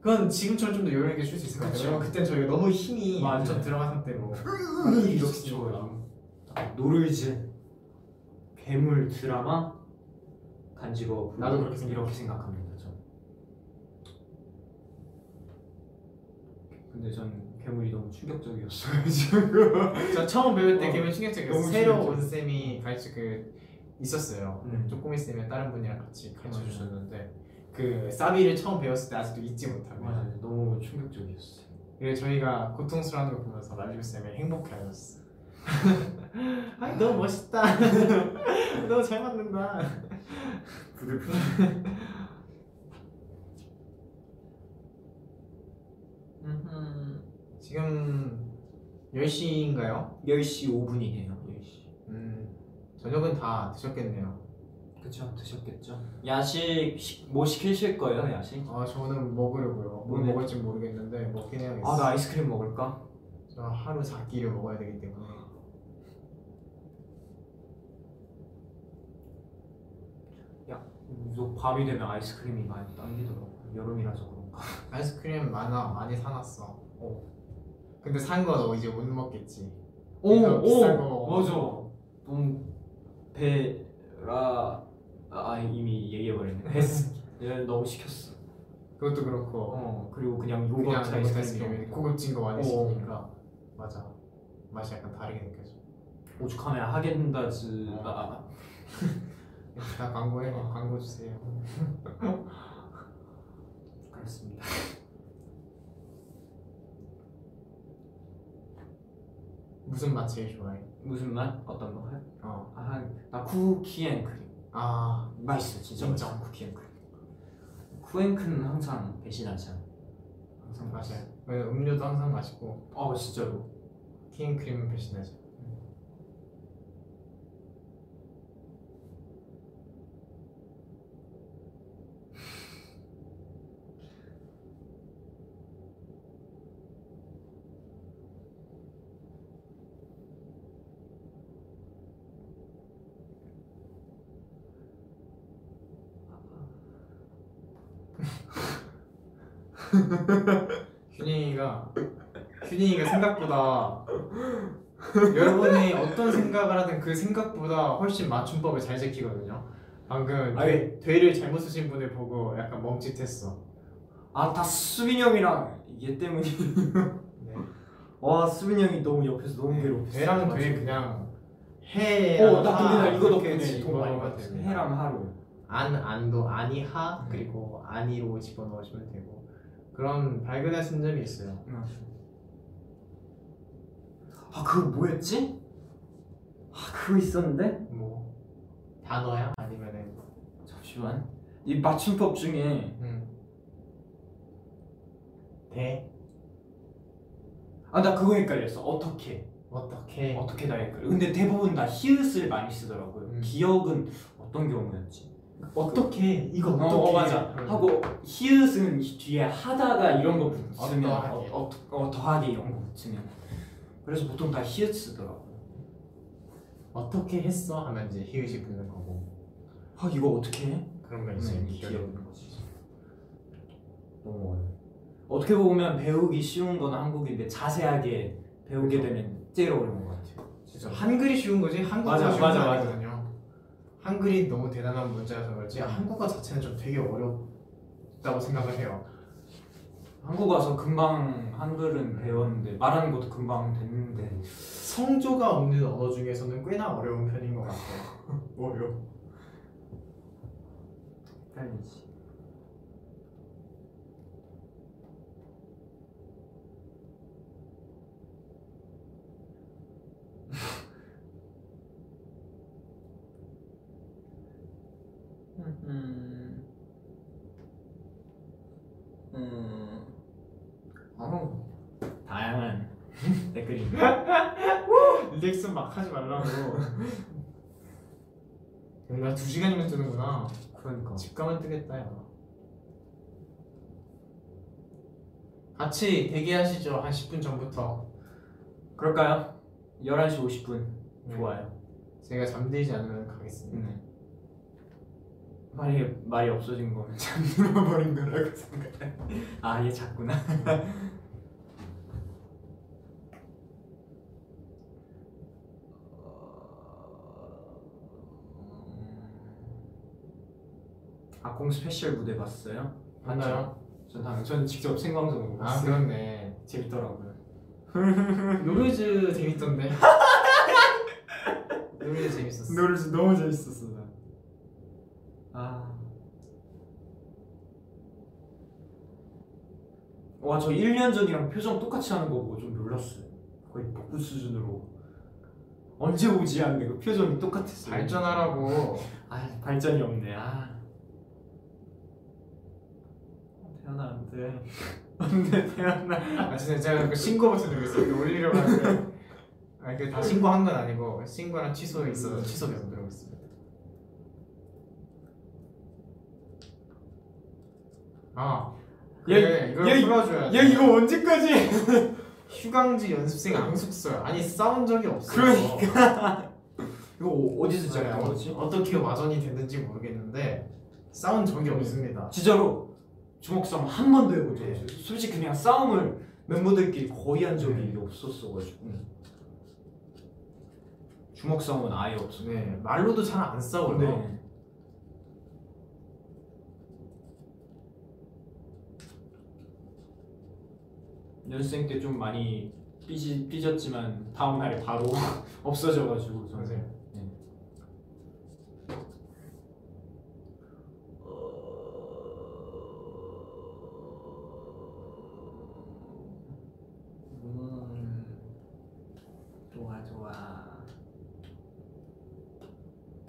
Speaker 3: 그건 지금처럼 좀 더 여유 있게 쉴 수 있을 것 같아요.
Speaker 1: 그쵸.
Speaker 3: 왜냐면 그땐 저희가 너무 힘이
Speaker 1: 맞아요.
Speaker 3: 엄청 들어간 *laughs* 상태로
Speaker 1: 이렇게 좋아요. 노르즈 괴물 드라마 간지러워. 블루
Speaker 3: 나도 그렇게
Speaker 1: 이렇게 생각합니다. 저. 근데 전 괴물이 너무 충격적이었어요 *laughs* 지금.
Speaker 3: 저 처음 배울 때
Speaker 1: 어,
Speaker 3: 개별 충격적이었어요.
Speaker 1: 너무
Speaker 3: 새로
Speaker 1: 충격적.
Speaker 3: 온 쌤이 가르치 그 있었어요.
Speaker 1: 음,
Speaker 3: 쪼꼬미 쌤이 다른 분이랑 같이 가르쳐
Speaker 1: 맞아요.
Speaker 3: 주셨는데 그 사비를 처음 배웠을 때 아직도 잊지 못하고
Speaker 1: 맞아요. 너무 충격적이었어요.
Speaker 3: 그래서 저희가 고통스러운 걸 보면서 라디오 쌤이
Speaker 1: *laughs*
Speaker 3: 행복해하셨어. 아니 너무 멋있다. *laughs* 너무 잘 맞는다.
Speaker 1: 부들부들.
Speaker 2: 음.
Speaker 3: 지금 10시인가요?
Speaker 1: 10시 5분이네요. 10시.
Speaker 3: 음 저녁은 다 드셨겠네요.
Speaker 1: 그쵸 드셨겠죠? 야식 시- 뭐 시키실 거예요 야식?
Speaker 3: 아 저는 먹으려고요. 뭘
Speaker 1: 네.
Speaker 3: 먹을지 모르겠는데 먹긴 해야겠어.
Speaker 1: 아 나 아이스크림 먹을까?
Speaker 3: 저 하루 4끼를 먹어야 되기 때문에.
Speaker 1: 또 밤이 되면 아이스크림이 많이 당기더라고. 여름이라서 그런가.
Speaker 3: 아이스크림 많아 많이 사놨어.
Speaker 1: 어.
Speaker 3: 근데 산 거 너 이제 못 먹겠지.
Speaker 1: 오,
Speaker 3: 이거 비싼 거
Speaker 1: 오,
Speaker 3: 먹어.
Speaker 1: 맞아. 너무 배라 아 이미 얘기해버렸네.
Speaker 3: *laughs*
Speaker 1: 배스. 얘 너무 시켰어.
Speaker 3: 그것도 그렇고
Speaker 1: 어 그리고 그냥
Speaker 3: 그냥
Speaker 1: 요거트
Speaker 3: 잘못 아이스크림
Speaker 1: 아이스크림.
Speaker 3: 고급진 거 많이
Speaker 1: 어.
Speaker 3: 시키니까 맞아 맛이 약간 다르게 느껴져.
Speaker 1: 오죽하면 하겐다즈가
Speaker 3: 나 광고해
Speaker 1: 어.
Speaker 3: 광고 주세요.
Speaker 1: 그렇습니다.
Speaker 3: 무슨 맛 제일 좋아해?
Speaker 1: 무슨 맛? 어떤 거요?
Speaker 3: 어.
Speaker 1: 아나 쿠키앤크림.
Speaker 3: 아
Speaker 1: 맛있어 진짜
Speaker 3: 인정.
Speaker 1: 맛있어 쿠키앤크 쿠앤크는 항상 배신하지 않아 항상
Speaker 3: 맞아.
Speaker 1: 맛있어
Speaker 3: 왜 음료도 항상 맛있고
Speaker 1: 어 진짜로
Speaker 3: 키앤크림은 배신하지. 균이가 균이가 생각보다 *laughs* 여러분이 어떤 생각을 하든 그 생각보다 훨씬 맞춤법을 잘 지키거든요. 방금 되,
Speaker 1: 아니.
Speaker 3: 되를 잘못 쓰신 분을 보고 약간 멈칫했어.
Speaker 1: 아 다 수빈이 형이랑 얘 때문이 *laughs*
Speaker 3: 네.
Speaker 1: 와 수빈이 형이 너무 옆에서 너무 괴롭혔어
Speaker 3: 되랑 되 네, 그냥 해.
Speaker 1: 어나 근데 나 이거
Speaker 3: 그렇게
Speaker 1: 덕분에 돈 많이
Speaker 3: 집어넣으면
Speaker 1: 받았어
Speaker 3: 됩니다.
Speaker 1: 해랑 하루
Speaker 3: 안 안도 아니하
Speaker 1: 음.
Speaker 3: 그리고 아니로 집어넣으시면 되고 그런 발견하신 점이 있어요.
Speaker 1: 아 그거 뭐였지?
Speaker 2: 아 그거 있었는데?
Speaker 3: 뭐 단어야 아니면은
Speaker 1: 잠시만 이 맞춤법 중에
Speaker 3: 음. 대
Speaker 1: 아 나 그거 헷갈렸어 어떻게
Speaker 3: 어떻게
Speaker 1: 어떻게 다 헷갈려 근데 대부분 다 히읗을 많이 쓰더라고요
Speaker 3: 음.
Speaker 1: 기억은 어떤 경우였지?
Speaker 3: 어떻게 이거
Speaker 1: 어,
Speaker 3: 그 어떻게
Speaker 1: 어 맞아 하고 히읗은 뒤에 하다가 이런 거 붙으면
Speaker 3: 아, 어떠하게.
Speaker 1: 어, 어, 어, 더하게 이런 거 붙으면 그래서 보통 다 히읗 쓰더라고
Speaker 3: 어떻게 했어 하면 이제 히읗이 붙는 거고
Speaker 1: 아 이거 어떻게 해?
Speaker 3: 그런 거 네, 이제
Speaker 1: 네,
Speaker 3: 기억이 어.
Speaker 1: 없는 거지. 너무 어려워. 어떻게 보면 배우기 쉬운 건 한국인데 자세하게 배우게
Speaker 3: 그렇죠.
Speaker 1: 되면 제일 어려운 것 같아요.
Speaker 3: 진짜 한글이 쉬운 거지 한국어
Speaker 1: 맞아,
Speaker 3: 쉬운
Speaker 1: 맞아,
Speaker 3: 건
Speaker 1: 맞아.
Speaker 3: 아니거든요 한글이 너무 대단한 문제라서 그렇지 한국어 자체는 좀 되게 어렵다고 생각을 해요
Speaker 1: 한국 와서 금방 한글은 배웠는데 말하는 것도 금방 됐는데
Speaker 3: 성조가 없는 언어 중에서는 꽤나 어려운 편인 것 같아요 *laughs*
Speaker 1: 어려. 헷갈리지.
Speaker 2: 음. 음.
Speaker 1: 어. 다양한 *laughs* 댓글이.
Speaker 3: 릴렉스 막 하지 말라고 *laughs* 음, 나 두 시간이면 뜨는구나
Speaker 1: 그러니까.
Speaker 3: 집 가면 뜨겠다 야 같이 대기하시죠 한 10분 전부터
Speaker 1: 그럴까요? 11시 50분 좋아요.
Speaker 3: 제가 잠들지 않으면 가겠습니다
Speaker 1: 네. 말이 말이 없어진 거면 *laughs* 잠 들어버린 거라고 생각해. 아얘 작구나. *laughs* 아공 스페셜 무대 봤어요?
Speaker 3: 맞나요?
Speaker 1: 전 다음 전 직접 생방송으로
Speaker 3: 아
Speaker 1: 봤어요.
Speaker 3: 그렇네
Speaker 1: 재밌더라고요. *laughs*
Speaker 3: 노르즈 재밌던데 노르즈 재밌었어
Speaker 1: 노래 너무 재밌었어. 나. 아. 와, 저 1년 전이랑 표정 똑같이 하는 거 보고 좀 놀랐어요. 거의 복부 수준으로. 언제 오지 않는데 그 표정이 똑같았어요.
Speaker 3: 발전하라고
Speaker 1: 아, 발전이 없네. 아. 태어나 안 *laughs* 돼. 안 돼, 태어나.
Speaker 3: 아 진짜 제가 그 신고 버튼 누르고 있어요 올리려고 하는데 아그다 신고한 건 아니고 신고랑 취소 있어서 취소 계속 누르고 있어요 아 그래 이걸
Speaker 1: 얘 이거-
Speaker 3: 풀어줘야
Speaker 1: 야,
Speaker 3: 돼
Speaker 1: 이거 언제까지?
Speaker 3: 휴강지 연습생 앙숙소야 아니 싸운 적이 없어
Speaker 1: 그러니까. 이거 어디서
Speaker 3: 진짜
Speaker 1: 제가 거지?
Speaker 3: 어떻게 와전이 됐는지 모르겠는데 싸운 적이 없습니다
Speaker 1: 진짜로 주먹 싸움 한 번도 해보지
Speaker 3: 네.
Speaker 1: 않았어요. 솔직히 그냥 싸움을 멤버들끼리 거의 한 적이 없었어가지고 주먹 싸움은 아예 없어.
Speaker 3: 네 말로도 잘 안 싸워요
Speaker 1: 네. 연습생 때 좀 많이 삐지, 삐졌지만 다음 날에 바로 *laughs* 없어져가지고 저는
Speaker 3: 맞아요
Speaker 2: 음. 좋아 좋아.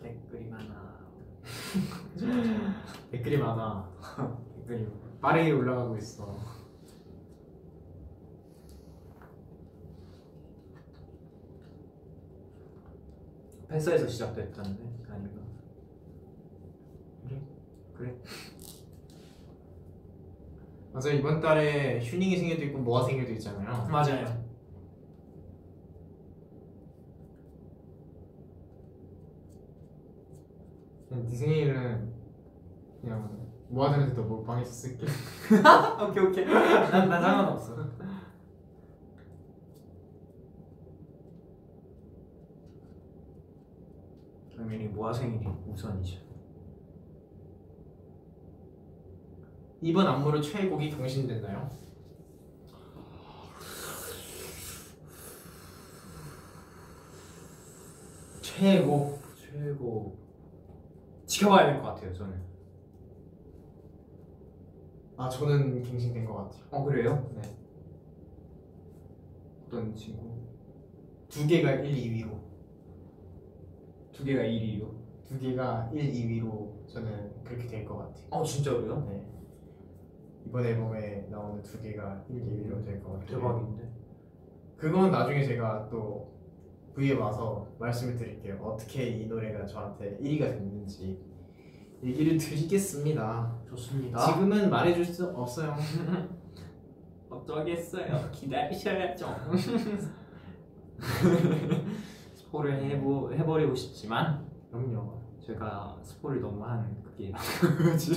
Speaker 2: 댓글이 많아.
Speaker 3: 댓글이 많아
Speaker 1: 댓글이
Speaker 3: 빠르게 올라가고 있어.
Speaker 1: 팬사에서 시작됐다는데 아닌가?
Speaker 3: 맞아요 이번 달에 휴닝이 생일도 있고 모아 생일도 있잖아요.
Speaker 1: 맞아요.
Speaker 3: 그냥 네 생일은 그냥 모아장에서 너 몰빵해서 쓸게
Speaker 1: 아,
Speaker 2: 오케이
Speaker 1: *laughs*
Speaker 2: 오케이. 난난 상관없어.
Speaker 1: 당연히 모아생일이 우선이죠.
Speaker 3: 이번 안무로 최애곡이 경신됐나요? 최애곡
Speaker 1: 최고 지켜봐야 될 것 같아요 저는.
Speaker 3: 아 저는 경신된 것 같아요
Speaker 1: 어 그래요?
Speaker 3: 네.
Speaker 1: 어떤 친구?
Speaker 3: 두 개가 1, 2위로
Speaker 1: 두 개가 1위요.
Speaker 3: 두 개가 1, 2위로 저는 그렇게 될 것 같아요
Speaker 1: 어 진짜로요?
Speaker 3: 네. 이번 앨범에 나오는 두 개가 1, 2위로 될 것 같아요
Speaker 1: 대박인데.
Speaker 3: 그건 나중에 제가 또 V에 와서 말씀을 드릴게요. 어떻게 이 노래가 저한테 1위가 됐는지 얘기를 드리겠습니다.
Speaker 1: 좋습니다.
Speaker 3: 지금은 말해줄 수 없어요.
Speaker 2: 어쩌겠어요. 기다리셔야죠.
Speaker 1: *laughs* 스포를 해보 해버리고 싶지만
Speaker 3: 그럼요.
Speaker 1: 제가 스포를 너무 한 그게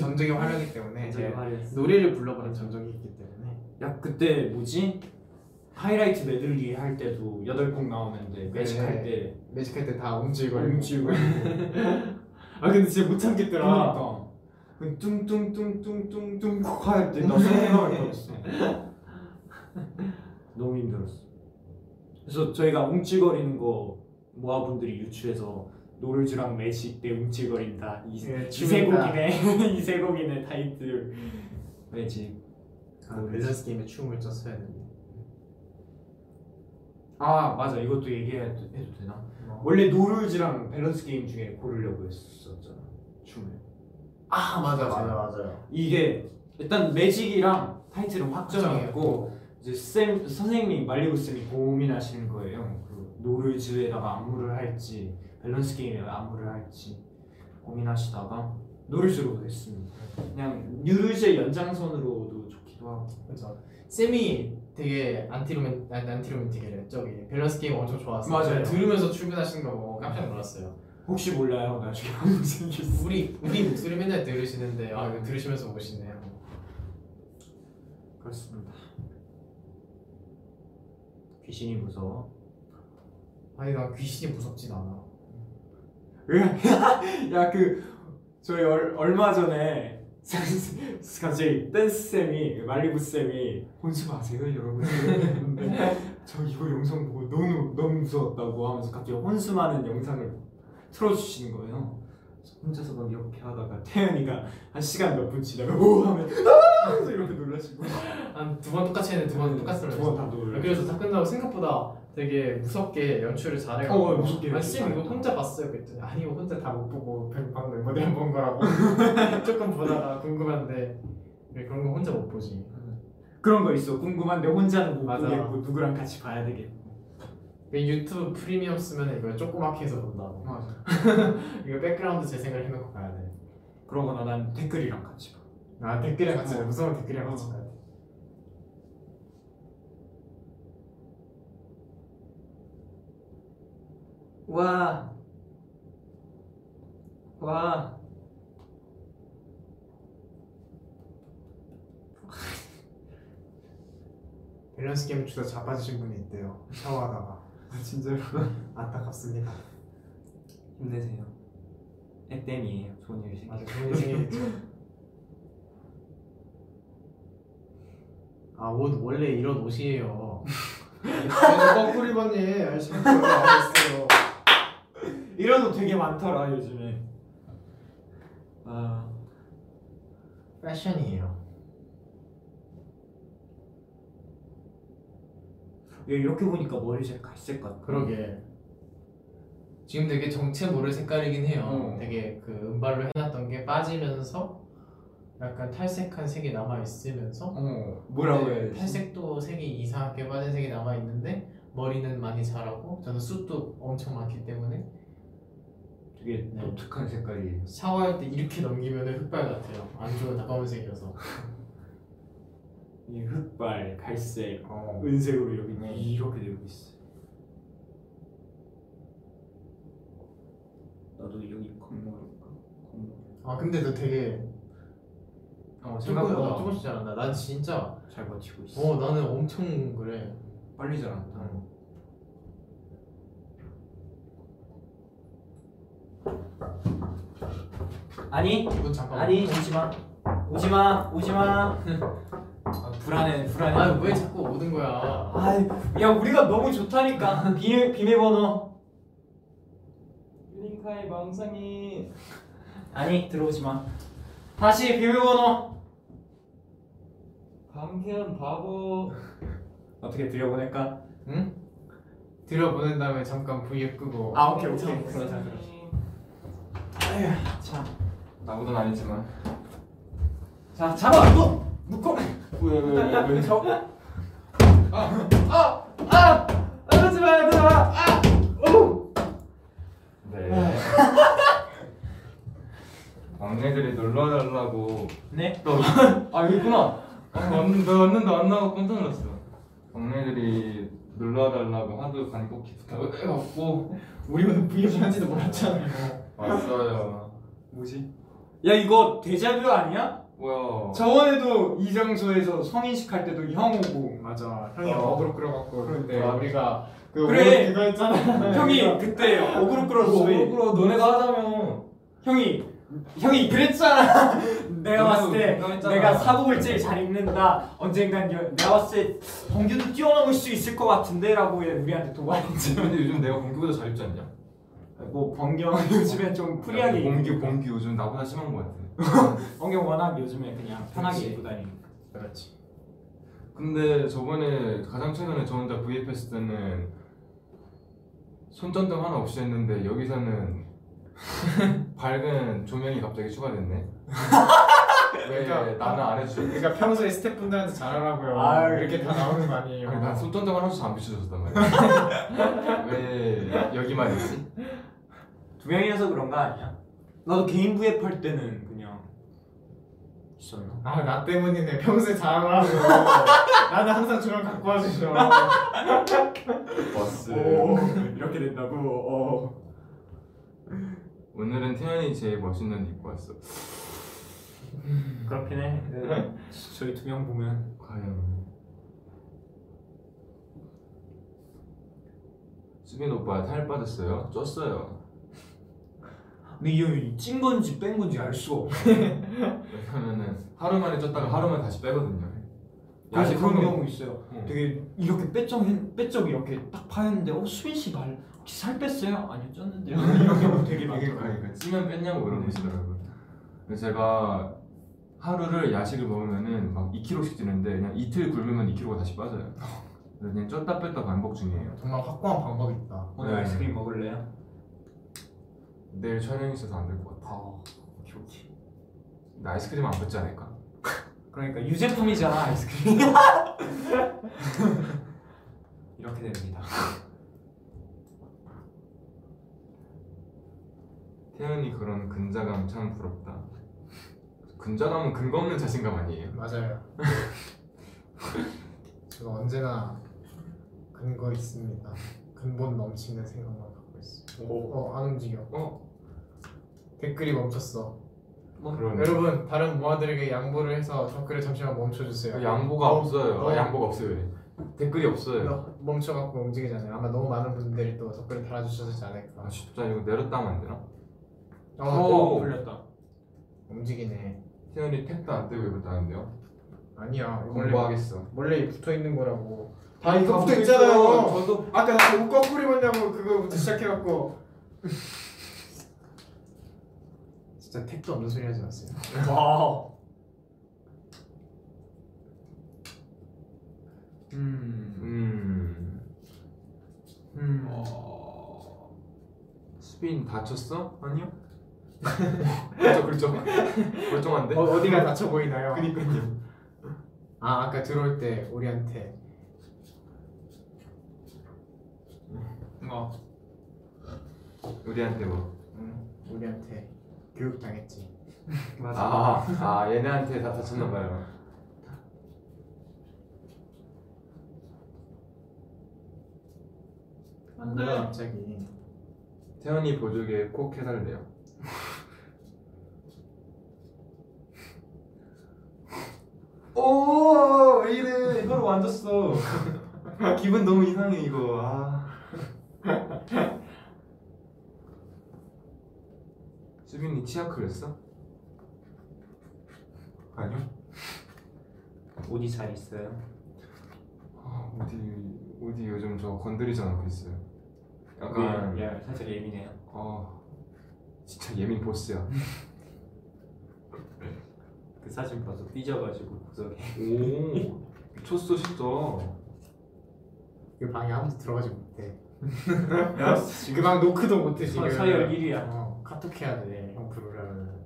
Speaker 3: 전적이 화려하기 때문에
Speaker 1: 굉장히
Speaker 3: 이제
Speaker 1: 화려했어.
Speaker 3: 노래를 불러보는 전적이 있기 때문에
Speaker 1: 야 그때 뭐지? 하이라이트 메들리 할 때도 여덟 곡 나오는데 매직
Speaker 3: 네.
Speaker 1: 할 때.
Speaker 3: 매직할 때 다 움찔거리고
Speaker 1: 움찔거리고. *laughs*
Speaker 3: 아 근데 진짜 못 참겠더라.
Speaker 1: 그러니까. 그 뚱뚱뚱뚱뚱뚱 할때 나생각할거었어 *laughs* 너무 힘들었어. 그래서 저희가 웅찔거리는 거 모아분들이 유추해서 노르주랑 매식 때 웅찔거린다 이
Speaker 3: 예, 춤이다.
Speaker 1: 이세곡이네 *laughs* 이세곡이네 타이틀 매직
Speaker 3: 아, 밸런스 게임에 춤을 췄어야 했는데.
Speaker 1: 아 맞아 이것도 얘기해도 해도 되나? 원래 노르즈랑 밸런스 게임 중에 고르려고 했었잖아 춤을
Speaker 3: 아 맞아
Speaker 1: 맞아,
Speaker 3: 맞아요.
Speaker 1: 이게 일단 매직이랑 타이틀은 확정했고 이제 쌤 선생님이 말리고 쌤이 고민하시는 거예요. 그 노르즈에다가 안무를 할지 밸런스 게임에 안무를 할지 고민하시다가 노르즈로 했습니다. 그냥 뉴르즈의 연장선으로도 좋기도 하고.
Speaker 3: 그렇죠. 쌤이 되게 안티로맨 아니, 안티로맨틱이래 저기 밸런스 게임 엄청 좋았어요.
Speaker 1: 맞아요.
Speaker 3: 들으면서 출근하시는 거 보고 깜짝 놀랐어요.
Speaker 1: 혹시 몰라요 나중에 안무 *laughs* 생겼어.
Speaker 3: 우리 우리 목소리 맨날 들으시는데 아 이거 들으시면서 오시네요.
Speaker 1: 그렇습니다. 귀신이 무서워.
Speaker 3: 아니 나 귀신이 무섭진 *laughs* 않아.
Speaker 1: *laughs* 야 그 저희 얼, 얼마 전에 *laughs* 갑자기 댄스 쌤이 그 말리부 쌤이 혼수 마세요 여러분 근데 저 이거 영상 보고 너무 너무 무서웠다고 하면서 갑자기 혼수많은 영상을 틀어주시는 거예요. 그래서 혼자서 막 이렇게 하다가 태연이가 한 시간 몇 분 지나가 오 하면 아 하면서 이렇게 놀라시고
Speaker 3: 한 두 번 똑같이 했는데 두 번 똑같은 걸 했어.
Speaker 1: 두번다 놀라.
Speaker 3: 그래서 다 끝나고 생각보다 되게 무섭게 연출을 잘해요.
Speaker 1: 어, 무섭게
Speaker 3: 뭐 아니 쌤 이거
Speaker 1: 잘했다.
Speaker 3: 혼자 봤어요 그랬더니 아니 이거 혼자 다 못 보고 방멤버들한본 거라고 *laughs* 조금 보다가 궁금한데 왜 그런 거 혼자 못 보지.
Speaker 1: 그런 거 있어 궁금한데 혼자는 못
Speaker 3: 맞아.
Speaker 1: 보겠고 누구랑 같이 봐야 되겠고.
Speaker 3: 그 유튜브 프리미엄 쓰면 이걸 조그맣게 해서 본다고.
Speaker 1: 맞아.
Speaker 3: 이거 백그라운드 재생을 해놓고 가야 돼.
Speaker 1: 그러거나 난 댓글이랑 같이 봐.
Speaker 3: 아 댓글이랑
Speaker 1: 같이
Speaker 3: 어.
Speaker 1: 가요.
Speaker 3: 무서운 댓글이랑 같이 가야 돼.
Speaker 2: 와. 와.
Speaker 3: 밸런스 게임 주다 자빠지신 분이 있대요. 샤워하다가
Speaker 1: 아, *laughs* 진짜로.
Speaker 3: 안타깝습니다.
Speaker 2: 힘내세요.
Speaker 1: 액땜이에요 좋은 일이 생겨.
Speaker 3: 맞아 그런 인생이겠죠. 아옷 원래 이런 *laughs* 옷이에요. 거꾸로 입었니? 아저씨 알겠어요.
Speaker 1: 이런 옷 되게 많더라 요즘에. 아,
Speaker 2: 와.
Speaker 3: 패션이에요.
Speaker 1: 얘 이렇게 보니까 머리색 갈색 같아. 음.
Speaker 3: 그러게. 지금 되게 정체 모를 색깔이긴 해요.
Speaker 1: 어.
Speaker 3: 되게 그 은발로 해놨던 게 빠지면서 약간 탈색한 색이 남아 있으면서
Speaker 1: 어 뭐라고
Speaker 3: 네,
Speaker 1: 해야 되지?
Speaker 3: 탈색도 색이 이상하게 빠진 색이 남아 있는데 머리는 많이 자라고 저는 숱도 엄청 많기 때문에
Speaker 1: 되게
Speaker 3: 네.
Speaker 1: 독특한 색깔이.
Speaker 3: 샤워할 때 이렇게 넘기면 흑발 같아요. 안 좋은 다검은색이어서.
Speaker 1: 이 흑발, 갈색,
Speaker 3: 어.
Speaker 1: 은색으로 여기
Speaker 3: 네.
Speaker 1: 이렇게 되고 있어. 나도 여기 건물 건물.
Speaker 3: 아 근데 너 되게
Speaker 1: 어,
Speaker 3: 조금
Speaker 1: 생각보다
Speaker 3: 어, 조금씩 잘한다. 난 진짜
Speaker 1: 잘 버티고 있어.
Speaker 3: 어 나는 엄청 그래.
Speaker 1: 빨리 자란다.
Speaker 2: 어. 아니
Speaker 1: 어.
Speaker 3: 이건 잠깐.
Speaker 2: 아니 오지마 오지마
Speaker 1: *laughs*
Speaker 2: 오지마
Speaker 1: 아, 불안해, 불안해.
Speaker 3: 아왜 자꾸 오는 거야?
Speaker 2: 아야 우리가 너무 좋다니까 비밀 비밀번호 유링카의 망상이 아니 들어오지마 다시 비밀번호 방태현 바보
Speaker 1: 어떻게 들여보낼까?
Speaker 3: 응? 들어보낸 다음에 잠깐 브이앱 끄고.
Speaker 1: 아, 오케이,
Speaker 2: 어,
Speaker 1: 오케이. 그러자, 그러자.
Speaker 2: 네. 자,
Speaker 4: 나보단 아니지만
Speaker 2: 자 잡아 묶어 묶어
Speaker 4: 왜왜왜 저?
Speaker 2: 아 그러지 아, 마 그러지 마
Speaker 4: 네 막내들이 놀러달라고
Speaker 2: 네?
Speaker 1: *laughs*
Speaker 4: 아 있구나 왔는데 왔는데 안 나고 깜짝 놀랐어 막내들이 놀러달라고 하도 간이 꼭기특하고
Speaker 3: 어, 없고 우리는 브이앱 한지도 몰랐잖아.
Speaker 4: 왔어요
Speaker 1: 뭐지? 야 이거 데자뷰 아니야?
Speaker 4: 뭐야
Speaker 1: 저번에도 이장소에서 성인식 할 때도 형 오고
Speaker 3: 맞아.
Speaker 1: 형이
Speaker 3: 형이
Speaker 1: 어그로
Speaker 3: 어그로 끌어갖고.
Speaker 1: 그런데.
Speaker 3: 아, 우리가 그
Speaker 1: 그래.
Speaker 3: 옷 그거 했잖아.
Speaker 1: *laughs* 형이 그때 어그로 끌어서 왜-
Speaker 4: 부끄러워 너네가 하자며
Speaker 1: 형이 형이 그랬잖아. *laughs* 내가 봤을 때
Speaker 4: 공감했잖아.
Speaker 1: 내가 사복을 제일 잘 입는다. 언젠간 여- 내가 봤을 때 동규도 뛰어넘을 수 있을 것 같은데라고 우리한테 도발했지.
Speaker 4: 근데 요즘 내가 공기보다 잘 입지 않냐?
Speaker 1: 뭐 범경 *laughs* 요즘에 좀 프리하게 입고
Speaker 4: 뭐, 공기 공기 요즘 나보다 심한 거 같아
Speaker 1: 범경 워낙 요즘에 그냥 편하게
Speaker 3: 그렇지.
Speaker 1: 입고 다니니까.
Speaker 3: 네, 그렇지.
Speaker 4: 근데 저번에 가장 최근에 저 혼자 브이앱 했을 때는 손전등 하나 없이 했는데 여기서는 *laughs* 밝은 조명이 갑자기 추가됐네. 왜
Speaker 3: 그러니까
Speaker 4: 나는 안 해주셨지?
Speaker 3: 그러니까 평소에 스태프분들한테 잘하라고요.
Speaker 1: 아,
Speaker 3: 이렇게 다 나오는 거 아니에요.
Speaker 4: 아니, 난 손전등 하나도 안 비춰줬단 말이야.
Speaker 3: *laughs*
Speaker 4: 왜 여기만 있지?
Speaker 1: 두 명이어서 그런 거 아니야? 나도 개인 부앱할 때는 그냥 있었나?
Speaker 3: 아, 나 때문이네. 평소에 잘하라고.
Speaker 1: *laughs*
Speaker 3: 나는 항상 저랑 갖고 와주셔.
Speaker 4: 버스.
Speaker 1: 오 *laughs* 이렇게 된다고. 어.
Speaker 4: 오늘은 태연이 제일 멋있는 옷 입고 왔어.
Speaker 1: 그렇긴 해. 저희 두 명 보면
Speaker 4: 과연 수빈 오빠 살 빠졌어요? 쪘어요.
Speaker 1: 근데 이찐 건지 뺀 건지 알 수가 없어.
Speaker 4: 왜냐면은 하루 만에 쪘다가 하루 만에 다시 빼거든요.
Speaker 1: 그래서 어, 그런
Speaker 4: 하면-
Speaker 1: 경우 있어요.
Speaker 4: 응.
Speaker 1: 되게 이렇게 빼적 빼적 이렇게 딱 파였는데 어 수빈 씨말 혹시 살 뺐어요? 아니요 쪘는데요. 이렇게 하면 음. 되게
Speaker 4: 이게
Speaker 1: 많더라고요.
Speaker 4: 그러니까 찌면 뺐냐고
Speaker 1: 음.
Speaker 4: 물어보시더라고요. 그래서 제가 하루를 야식을 먹으면은 막 2kg씩 찌는데 그냥 이틀 굶으면 2kg가 다시 빠져요. 그래서 그냥 쪘다 뺐다 반복 중이에요.
Speaker 3: 정말 확고한 방법이 있다.
Speaker 1: 오늘 아이스크림 먹을래요?
Speaker 4: 내일 촬영 있어서 안 될 것 같아.
Speaker 1: 아 오케이 오케이.
Speaker 4: 나 아이스크림 안 붙지 않을까?
Speaker 1: 그러니까 유제품이잖아 *laughs* 아이스크림. 이렇게 됩니다.
Speaker 4: 태연이 그런 근자감 참 부럽다. 근자감은 근거 없는 자신감 아니에요?
Speaker 3: *laughs* 맞아요. 제가 언제나 근거 있습니다. 근본 넘치는 생각만 갖고 있어요. 어, 안 움직여.
Speaker 4: 어?
Speaker 3: 댓글이 멈췄어. 음.
Speaker 4: 그러네.
Speaker 3: 여러분, 다른 모아들에게 양보를 해서 댓글을 잠시만 멈춰주세요.
Speaker 4: 아, 양보가
Speaker 3: 어,
Speaker 4: 없어요.
Speaker 3: 어.
Speaker 4: 아, 양보가 없어요. 댓글이 없어요.
Speaker 3: 너 멈춰갖고 움직이지 않아요. 아마 너무 많은 분들이 또 댓글을 달아주셨지
Speaker 4: 아
Speaker 3: 않을까.
Speaker 4: 진짜 이거 내렸다 하면 안 되나?
Speaker 3: 어,
Speaker 4: 오.
Speaker 1: 풀렸다.
Speaker 3: 움직이네.
Speaker 4: 태연이 택도 안 떼고 이랬다는데요?
Speaker 3: 아니야. 이거 원래,
Speaker 4: 공부하겠어
Speaker 3: 원래 붙어 있는 거라고.
Speaker 4: 다
Speaker 3: 아, 이거 붙어 있잖아요.
Speaker 4: 저도
Speaker 3: 아까 나한테 옷 거꾸로 입었냐고 그거부터 시작해갖고 *laughs* 진짜 택도 없는 소리 하지 마세요
Speaker 1: 와. 음.
Speaker 4: 음...
Speaker 1: 음.
Speaker 4: 수빈 다쳤어? 그렇죠, 아니요 저 *laughs* 굴정 굴정한데?
Speaker 3: 어, 어디가 다쳐 보이나요?
Speaker 4: 그니까요
Speaker 3: 아 아까 들어올 때 우리한테
Speaker 1: 어.
Speaker 4: 우리한테 뭐
Speaker 3: 응, 우리한테 교육 당했지
Speaker 1: 맞아.
Speaker 4: 아, 아 얘네한테 다 다쳤나봐요
Speaker 2: 안 돼.
Speaker 3: 뭔가 어, 갑자기
Speaker 4: 태연이 보조개 꼭 해달래요 오, 왜 이래? 이걸 만졌어. 기분 너무 이상해 이거. 아. *laughs* 수빈이 치아 클랬어? 아니요.
Speaker 1: 어디 잘 있어요?
Speaker 4: 아, 어디 어디 요즘 저 건드리지 않고 있어요. 약간
Speaker 1: 예, 예, 살짝 예민해요.
Speaker 4: 어 진짜 예민 보스야.
Speaker 1: 그 사진 봐서 삐져가지고 구석에.
Speaker 4: 오 미쳤어 진짜.
Speaker 3: 그 방에 아무도 들어가지 못해.
Speaker 1: 알았어
Speaker 3: 그 방 노크도 못해 지금.
Speaker 1: 지금 서열 1위야.
Speaker 3: 어, 카톡 해야 돼. 형 부르라면.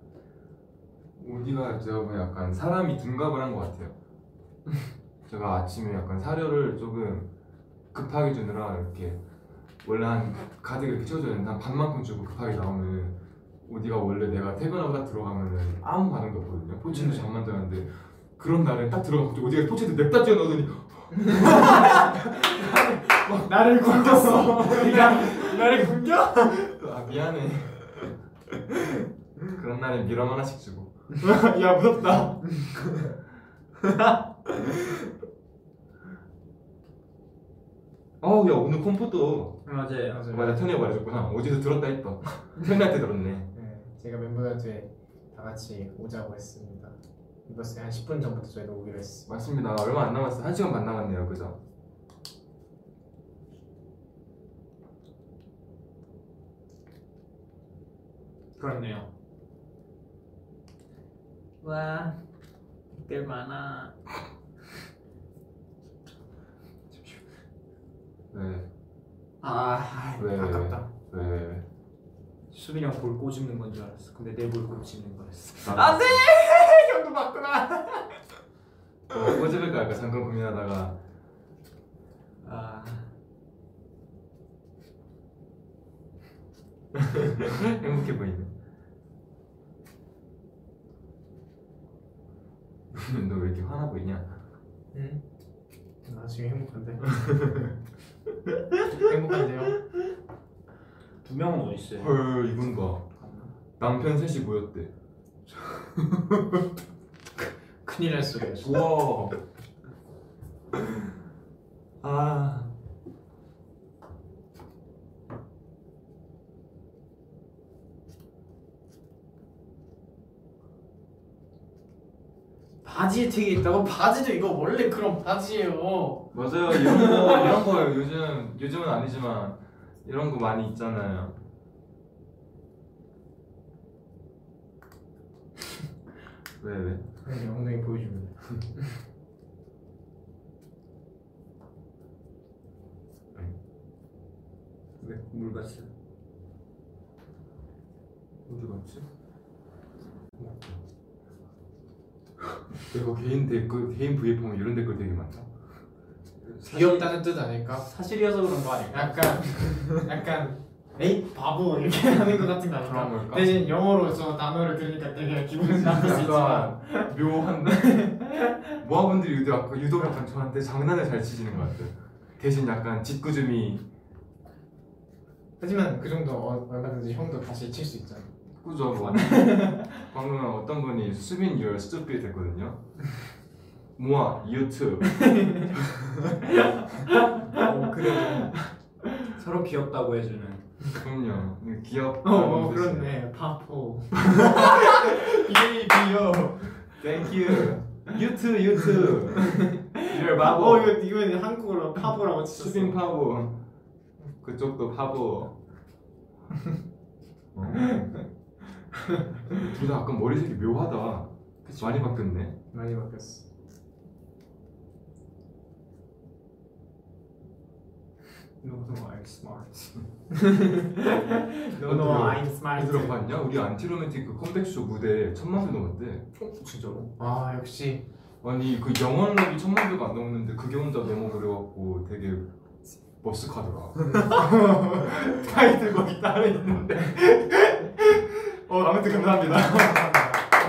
Speaker 4: 우리가 제가 약간 사람이 둔갑을 한 것 같아요. 제가 아침에 약간 사료를 조금 급하게 주느라 이렇게 원래 한 가득 이렇게 채워줬는데 한 반만큼 주고 급하게 나오면 어디가 원래 내가 퇴근하고 딱 들어가면은 아무 반응도 없거든요. 포치도 잠만 자는데 그런 날에 딱 들어가서 어디가 포치도 냅다 뛰어 넣더니
Speaker 3: 나를
Speaker 1: *laughs*
Speaker 3: 굶겼어.
Speaker 1: 나를 굶겨?
Speaker 4: 아 미안해. 그런 날에 미람 하나씩 주고.
Speaker 3: *laughs* 야 무섭다.
Speaker 4: 어우 야 오늘 컴포도
Speaker 1: 음,
Speaker 2: 맞아요.
Speaker 3: 네, 맞아요.
Speaker 4: 맞아 천이가 말해줬구나 어디서 들었다 *laughs* 했다 천이한테 들었네
Speaker 3: 네, 제가 멤버들한테 다 같이 오자고 했습니다. 이버스에 한 10분 전부터 저희가 오기로 했어.
Speaker 4: 맞습니다 얼마 안 남았어 한 시간 반 남았네요 그죠
Speaker 1: 그렇네요.
Speaker 2: 와, 꽤 많아.
Speaker 4: 네
Speaker 2: 아,
Speaker 4: 왜,
Speaker 3: 아깝다.
Speaker 4: 왜,
Speaker 1: 수빈이 형볼 꼬집는 건 줄 알았어. 근데 내 볼 꼬집는 거였어.
Speaker 4: 안돼
Speaker 3: 형도 봤구나.
Speaker 4: 꼬집을까 할까 뭐 잠깐 고민하다가
Speaker 2: 아,
Speaker 4: *laughs* 행복해 보이네 *laughs* 너 왜 이렇게 화나 보이냐
Speaker 3: 응. 나 아, 지금 행복한데. *laughs* 행복한데요?
Speaker 1: 두 명은 어디
Speaker 4: 네.
Speaker 1: 있어요?
Speaker 4: 헐 이분 봐 남편 셋이 모였대
Speaker 3: 큰일 날 소리야. 지금.
Speaker 4: 우와 아
Speaker 3: 바지에 되게 있다고? 바지도 이거 원래 그런 바지예요.
Speaker 4: 맞아요 이런 거 이런 거 요즘 요즘은 아니지만 이런 거 많이 있잖아요. *laughs* 왜 왜?
Speaker 3: 네, 엉덩이 보여주면 돼.
Speaker 2: 왜물 봤어?
Speaker 4: 어디 갔지? 이거 개인 댓글 개인 브이앱 보면 이런 댓글 되게 많다.
Speaker 3: 귀엽다는 뜻 아닐까?
Speaker 1: 사실이어서 그런 거
Speaker 3: *laughs*
Speaker 1: 아니야?
Speaker 3: 약간 약간 에이 바보 이렇게 *laughs* 하는 것 같은 거
Speaker 4: 그런
Speaker 3: 아닐까?
Speaker 4: 걸까?
Speaker 3: 대신 영어로 저 단어를 들으니까 되게 *laughs* 기분이 나쁠 수 있지만
Speaker 4: 약간 묘한 모아분들이 유독 아까 유독 약간 저한테 장난을 잘 치시는 것 같아요. 대신 약간 짓궂음이
Speaker 3: 하지만 그 정도 어- 얼마든지 형도 다시 칠 수 있잖아.
Speaker 4: 꾸죠 뭐. *laughs* 방금 어떤 분이 수빈 유얼 스튜피드 됐거든요 모아 유튜브
Speaker 1: 어, 그래도 서로 귀엽다고 해주는.
Speaker 4: 그럼요 이거 귀엽다
Speaker 3: 어, 어 그렇네. 파포. *laughs* 이게 귀여워.
Speaker 4: 땡큐 유튜브 유튜브
Speaker 3: *laughs*
Speaker 4: 유얼 바보
Speaker 3: 어 이거 이거 한국어로 파포라고 치셨어.
Speaker 4: 수빈 파보 그쪽도 파보 어.
Speaker 3: *laughs*
Speaker 4: 둘 다 아까 머리색이 묘하다 많이 바뀌었네
Speaker 3: 많이 바뀌었어.
Speaker 1: No, no,
Speaker 3: *laughs*
Speaker 1: I'm smart.
Speaker 4: 너도
Speaker 3: 스마트.
Speaker 4: 많이 들어봤냐? 우리 안티로맨틱 그 컴백쇼 무대 천만 뷰 넘었대
Speaker 1: 어, 진짜로?
Speaker 3: 아 역시
Speaker 4: 아니 그 영원럽이 천만 뷰가 안 넘었는데 그게 혼자 메모 그려갖고 되게 머쓱하더라 *laughs*
Speaker 3: 타이틀곡이 따로 있는데.
Speaker 4: 어 아무튼 감사합니다.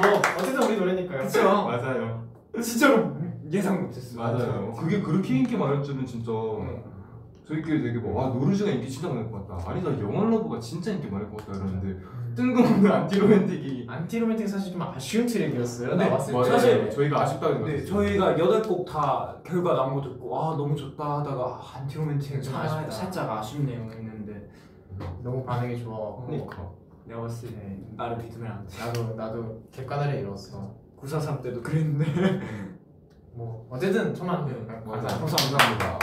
Speaker 3: 뭐 어쨌든 우리 노래니까요. 그렇죠.
Speaker 4: 맞아요.
Speaker 3: 진짜로
Speaker 1: 예상 못했어.
Speaker 4: 맞아요. 그게 그렇게 인기 많을 줄은 진짜 저희끼리 되게 뭐, 막와 노르즈가 인기 진짜 많을 것 같다 아니다 영원러브가 진짜 인기 많을 것 같다 이러는데 뜬금없는 안티로맨틱이
Speaker 3: 안티로맨틱 사실 좀 아쉬운 트랙이었어요.
Speaker 1: 네,
Speaker 3: 나왔을 때.
Speaker 4: 맞아요.
Speaker 1: 사실-
Speaker 4: 저희가 아쉽다고 생각했어요
Speaker 1: 네, 저희가 여덟 곡 다 결과 나온 거 듣고 아 너무 좋다 하다가 아, 안티로맨틱은 좀
Speaker 3: 아,
Speaker 1: 아쉽다.
Speaker 3: 아쉽다.
Speaker 1: 살짝 아쉽네요 했는데 어,
Speaker 3: 너무 반응이 좋아.
Speaker 1: 네.
Speaker 4: 그러니까
Speaker 1: 내가 봤을 때
Speaker 3: 네.
Speaker 1: 나를 믿으면 안 돼.
Speaker 3: 나도 나도 객관을 이뤘어.
Speaker 1: 943 때도 그랬는데
Speaker 3: 뭐 어쨌든 뭐, 천만
Speaker 1: 네,
Speaker 4: 맞아
Speaker 3: 감사.
Speaker 4: 감사합니다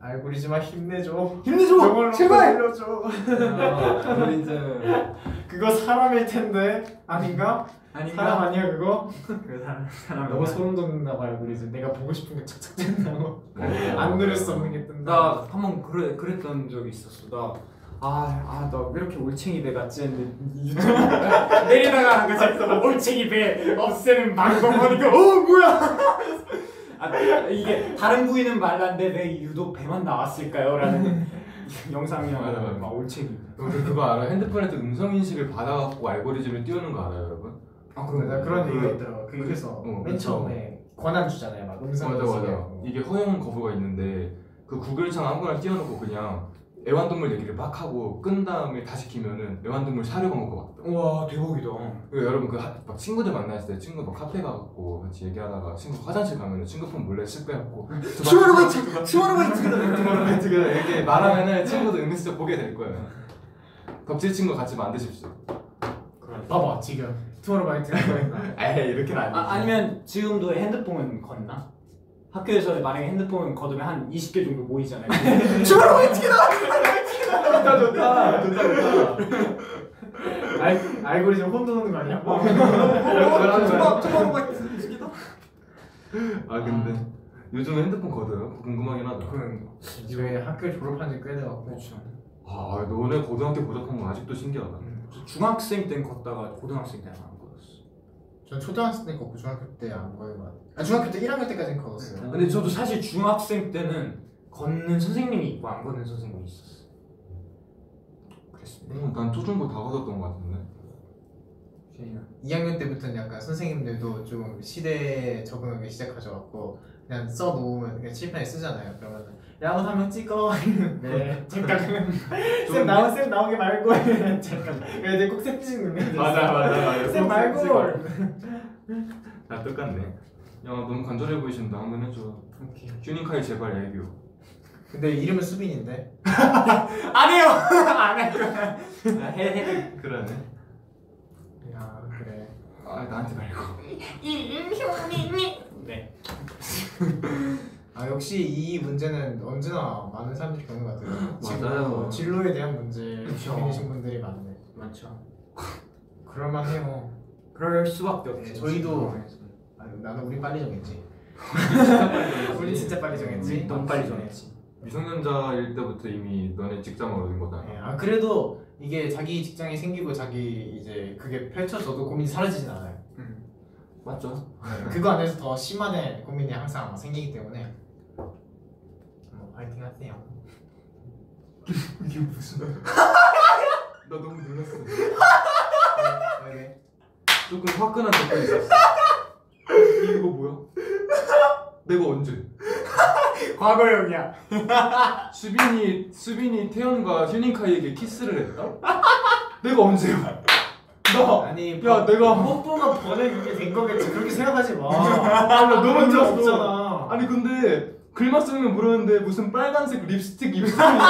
Speaker 3: 알고리즘아 힘내줘.
Speaker 1: *laughs* 힘내줘! 제발!
Speaker 3: 힘내줘.
Speaker 1: 어,
Speaker 4: 알고리즘
Speaker 3: 그거 사람일 텐데 아닌가? 사람
Speaker 1: 아닌가?
Speaker 3: 아니야 그거?
Speaker 1: 그 사람
Speaker 4: 아,
Speaker 1: 사람
Speaker 4: 네.
Speaker 3: 너무 소름 돋는다 봐 알고리즘. 내가 보고 싶은 게 착착 뜬다고.
Speaker 4: 네. 아,
Speaker 3: 안 누릴
Speaker 4: 을
Speaker 3: 수 없는 게 뜬다.
Speaker 1: 나 한 번 그래 그랬던 적이 있었어. 나 아, 아, 나 왜 이렇게 올챙이 배 같지 했는데 유튜브 내리다가 한 거지 올챙이 배 없애는 방법 보니까 어 뭐야 아, 이게 다른 부위는 말랐는데 왜 유독 배만 나왔을까요? 라는
Speaker 4: 맞아, 맞아.
Speaker 1: 영상이랑 막 올챙이
Speaker 4: 여러분 그거 알아요? 핸드폰한테 음성 인식을 받아갖고 알고리즘을 띄우는 거 알아요, 여러분?
Speaker 1: 아
Speaker 3: 나 그런
Speaker 4: 그-
Speaker 3: 얘기가 있더라고. 그- 그래서
Speaker 4: 어,
Speaker 3: 맨
Speaker 4: 그쵸.
Speaker 3: 처음에 권한 주잖아요, 막 음성
Speaker 4: 맞아
Speaker 3: 연습에.
Speaker 4: 맞아. 이게 허용 거부가 있는데 그 구글창 아무거나 띄워놓고 그냥 애완동물 얘기를 막 하고 끈 다음에 다시 키면은 애완동물 사료 광고 같다.
Speaker 1: 와 대박이다
Speaker 4: 그리고 여러분 그 막 친구들 만났을 때 친구 막 카페 가갖고 같이 얘기하다가 친구 화장실 가면은 친구 폰 몰래 씹 빼갖고 *laughs*
Speaker 1: 치마르바이트
Speaker 4: 치마르바이트 이렇게 말하면은 친구도 은근슬쩍 보게 될 거예요. 덕질 친구 같이 만드십시오.
Speaker 3: 봐봐 지금 투어로바이트 했다.
Speaker 4: 에이 이렇게는 안 돼.
Speaker 1: 아, 아니면 지금도 핸드폰은 걷나? 학교에서 만약에 핸드폰 걷으면 한 20개 정도
Speaker 3: *laughs*
Speaker 1: 모이잖아요 치마르바이트다!
Speaker 4: 좋다
Speaker 1: 아,
Speaker 4: 좋다
Speaker 3: 어,
Speaker 4: 좋다 좋다.
Speaker 3: 알 알고리즘 혼도는 거 아니야?
Speaker 4: 아 근데 요즘에 핸드폰 거든 궁금하긴 하다.
Speaker 3: 저희 학교 졸업한 지 꽤 돼갖고
Speaker 1: 그렇죠.
Speaker 4: 아 너네 고등학교 보답한 건 아직도
Speaker 3: 음.
Speaker 4: 신기하다.
Speaker 1: 저 음. 중학생 땐 걷다가 고등학생 때는 안 걷었어.
Speaker 3: 전 초등학생 때 걷고 중학교 때 안 걸린 것 같아요. 아 중학교 때 1학년 때까지는 걸었어요.
Speaker 1: 근데 저도 사실 중학생 때는 걷는 선생님이 있고 안 걷는 선생님이 있었어. 그랬습니다.
Speaker 4: 음, 난 초중고 다 걷었던 것 같은데.
Speaker 3: 네. 2학년 때부터는 약간 선생님들도 좀 시대에 적응하기 시작하셔갖고 그냥 써놓으면 그냥 칠판에 쓰잖아요. 그러면 야한 한명 찍어. *laughs* 네. 잠깐. 쌤 나온 쌤 나오게 말고. *laughs* 잠깐. 애들 꼭쌤 찍는 거야.
Speaker 4: 맞아
Speaker 3: 쌤 말고.
Speaker 4: 나 똑같네. 야 너무 간절해 보이신다. 한번 해줘.
Speaker 1: 오케이.
Speaker 4: 휴닝카이 제발 애교.
Speaker 3: 근데 이름은 수빈인데.
Speaker 1: 안 해요. *laughs* 안할 거야. 아, 해 해.
Speaker 4: 그러네.
Speaker 3: 야 그래.
Speaker 4: 아 나한테 말고.
Speaker 1: 네.
Speaker 3: 아 역시 이 문제는 언제나 많은 사람들이 겪는 것 같아요. 지금
Speaker 4: 맞아요.
Speaker 3: 뭐 진로에 대한 문제
Speaker 1: 그쵸.
Speaker 3: 고민이신 분들이 많네.
Speaker 1: 맞죠.
Speaker 3: 그럴만해요. 뭐.
Speaker 1: 그럴 수밖에 없죠.
Speaker 3: 네, 저희도 아유, 나는 우리 빨리 정했지.
Speaker 4: 뭐
Speaker 3: 우리 진짜 빨리 정했지.
Speaker 1: 너무 빨리 정했지.
Speaker 4: 미성년자일 때부터 이미 너네 직장을 얻은 거다.
Speaker 3: 네, 아 그래도 이게 자기 직장이 생기고 자기 이제 그게 펼쳐져도 고민이 사라지진 않아요.
Speaker 4: 맞죠?
Speaker 3: 그거 안에서 더 심한 애 고민이 항상 생기기 때문에 뭐 파이팅 하세요. *laughs*
Speaker 4: 이게 무슨? 나 너무 놀랐어.
Speaker 3: 네, 네.
Speaker 4: 조금 화끈한 댓글이 있었어. 이거 뭐야? 내가 언제?
Speaker 1: 과거형이야.
Speaker 4: 수빈이 수빈이 태연과 휴닝카이에게 키스를 했다? 내가 언제요? 나.
Speaker 3: 아니
Speaker 4: 야 내가
Speaker 3: 뽀뽀가 번외게 된 거겠지. 그렇게 생각하지 *laughs* 마.
Speaker 4: 아나 너무
Speaker 3: 그런 적
Speaker 4: 놀랐어.
Speaker 3: 없잖아.
Speaker 4: 아니 근데 글만 쓰면 모르는데 무슨 빨간색 립스틱 입술을 입술을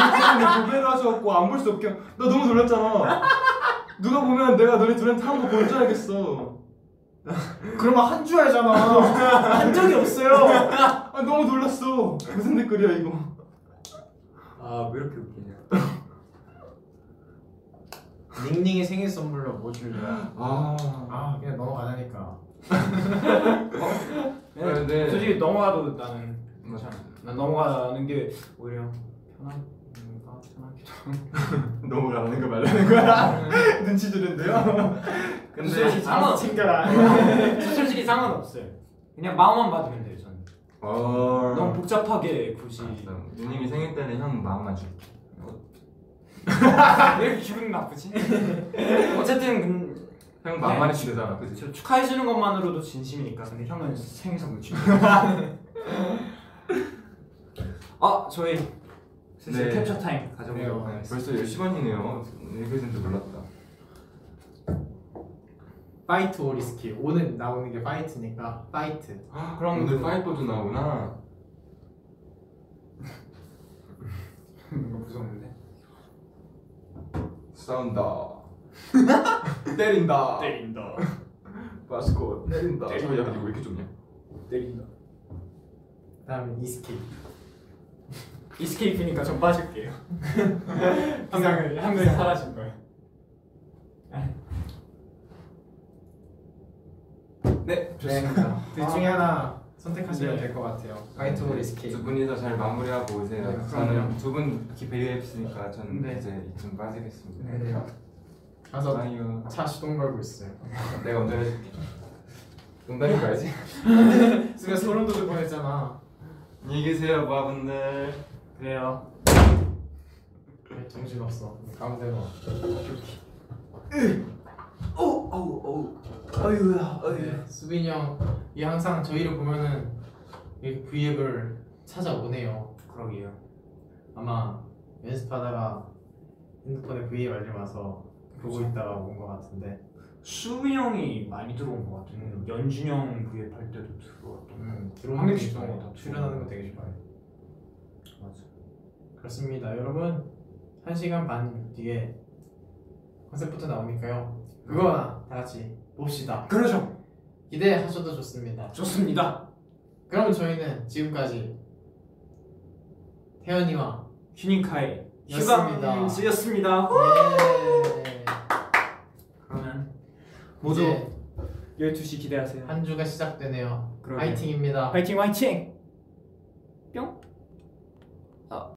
Speaker 4: 구별을 *laughs* 하셔갖고 안 볼 수 없게 나 너무 놀랐잖아. 누가 보면 내가 너네 둘한테 한 거 본 줄 알겠어.
Speaker 3: 그러면 한 줄 알잖아. 한 적이 *laughs* 없어요.
Speaker 4: 아 너무 놀랐어. 무슨 댓글이야 이거?
Speaker 1: 아 왜 이렇게 웃기냐.
Speaker 3: 닝닝이 생일 선물로 뭐 줄래요?
Speaker 4: 아.
Speaker 3: 아 그냥 넘어가다니까.
Speaker 1: 네,
Speaker 4: 네.
Speaker 1: 솔직히 넘어가도 나는
Speaker 4: 맞아.
Speaker 1: 괜찮아. 난 넘어가는 게 오히려 편한. 음, 나 *laughs* 편하기도 하고.
Speaker 4: 너무 라는 거 말라는 거야? 눈치
Speaker 3: *laughs*
Speaker 4: 주는데요?
Speaker 1: 솔직히 상관
Speaker 3: 챙겨라.
Speaker 1: 솔직히 상관없어요. 그냥 마음만 받으면 돼요. 저는
Speaker 4: 어...
Speaker 1: 너무 복잡하게 굳이
Speaker 4: 누님이 생일 때는 형 마음만 줄게
Speaker 1: 아, 왜 이렇게 기분이 나쁘지? *laughs* 어쨌든 근-
Speaker 4: 형
Speaker 1: 네.
Speaker 4: 해주면 되잖아 그치?
Speaker 1: *laughs* 저 축하해 주는 것만으로도 진심이니까 근데 형은 생일 선물 주고 아 저희 슬슬
Speaker 4: 네.
Speaker 1: 캡처 타임 가져보도록 *laughs*
Speaker 3: 네.
Speaker 1: 하겠습니다.
Speaker 4: 벌써 10시간이네요. 얘기했는데 몰랐다.
Speaker 3: 파이트 오 리스키 오는 나오는 게 파이트니까 파이트
Speaker 4: 아, 그럼 오늘 파이터도 나오나?
Speaker 1: 이거 무서운데?
Speaker 4: *laughs* 싸운다. 때린다.
Speaker 1: 때린다.
Speaker 4: 마스코 때린다.
Speaker 1: 때린다.
Speaker 4: 저야 이거 왜 이렇게 좁냐?
Speaker 1: 때린다.
Speaker 3: 그다음에 이스키
Speaker 1: 이스케이프니까 전 빠질게요. 한 명을 한 명이 사라진 거예요.
Speaker 4: 네,
Speaker 3: 네.
Speaker 4: 좋습니다. 아.
Speaker 3: 둘 중에 하나 선택하시면
Speaker 1: 네.
Speaker 3: 될 것 같아요 파이트 오 리스키
Speaker 4: 두 분이서 잘 마무리하고 오세요.
Speaker 3: 네,
Speaker 4: 저는
Speaker 3: 그럼요.
Speaker 4: 두분 기다리했으니까 저는
Speaker 1: 네.
Speaker 4: 이제 이쯤 빠지겠습니다.
Speaker 3: 네. 가서
Speaker 4: 아유,
Speaker 3: 차 시동 걸고
Speaker 4: *laughs*
Speaker 3: 있어요
Speaker 4: 내가 운전해줄게. 농담인 거 알지?
Speaker 3: 순간 소름 돋을 뻔했잖아
Speaker 4: *laughs* 안녕히 계세요, 모아분들.
Speaker 1: 그래요.
Speaker 3: 네, 정신없어 아무데나
Speaker 2: 어우 어우 어우 어유야 어유.
Speaker 3: 네, 수빈이 형이 항상 저희를 보면은 이렇게 V앱을 찾아오네요.
Speaker 1: 그러게요.
Speaker 3: 아마 연습하다가 핸드폰에 V앱 알림 와서 보고 있다가 온 것 같은데.
Speaker 1: 수빈 형이 많이 들어온 것 같아요.
Speaker 3: 음.
Speaker 1: 연준 형 그에 할 때도 들어왔던.
Speaker 3: 음,
Speaker 1: 하는
Speaker 3: 들어오는
Speaker 1: 게
Speaker 3: 게
Speaker 1: 좋은 것
Speaker 3: 좋아요.
Speaker 1: 같아요.
Speaker 3: 출연하는 거 되게 좋아요.
Speaker 1: 맞아.
Speaker 3: 그렇습니다, 여러분. 한 시간 반 뒤에 컨셉부터 나오니까요. 그거 다 같이 봅시다.
Speaker 1: 그러죠.
Speaker 3: 기대하셔도 좋습니다.
Speaker 1: 좋습니다.
Speaker 3: 그럼 저희는 지금까지 태연이와
Speaker 1: 휴닝카의
Speaker 3: 였습니다.
Speaker 1: 휴가였습니다.
Speaker 3: 네,
Speaker 1: 그러면 모두
Speaker 3: 이제
Speaker 1: 12시 기대하세요.
Speaker 3: 한 주가 시작되네요.
Speaker 1: 그러게요.
Speaker 3: 화이팅입니다.
Speaker 1: 화이팅 화이팅!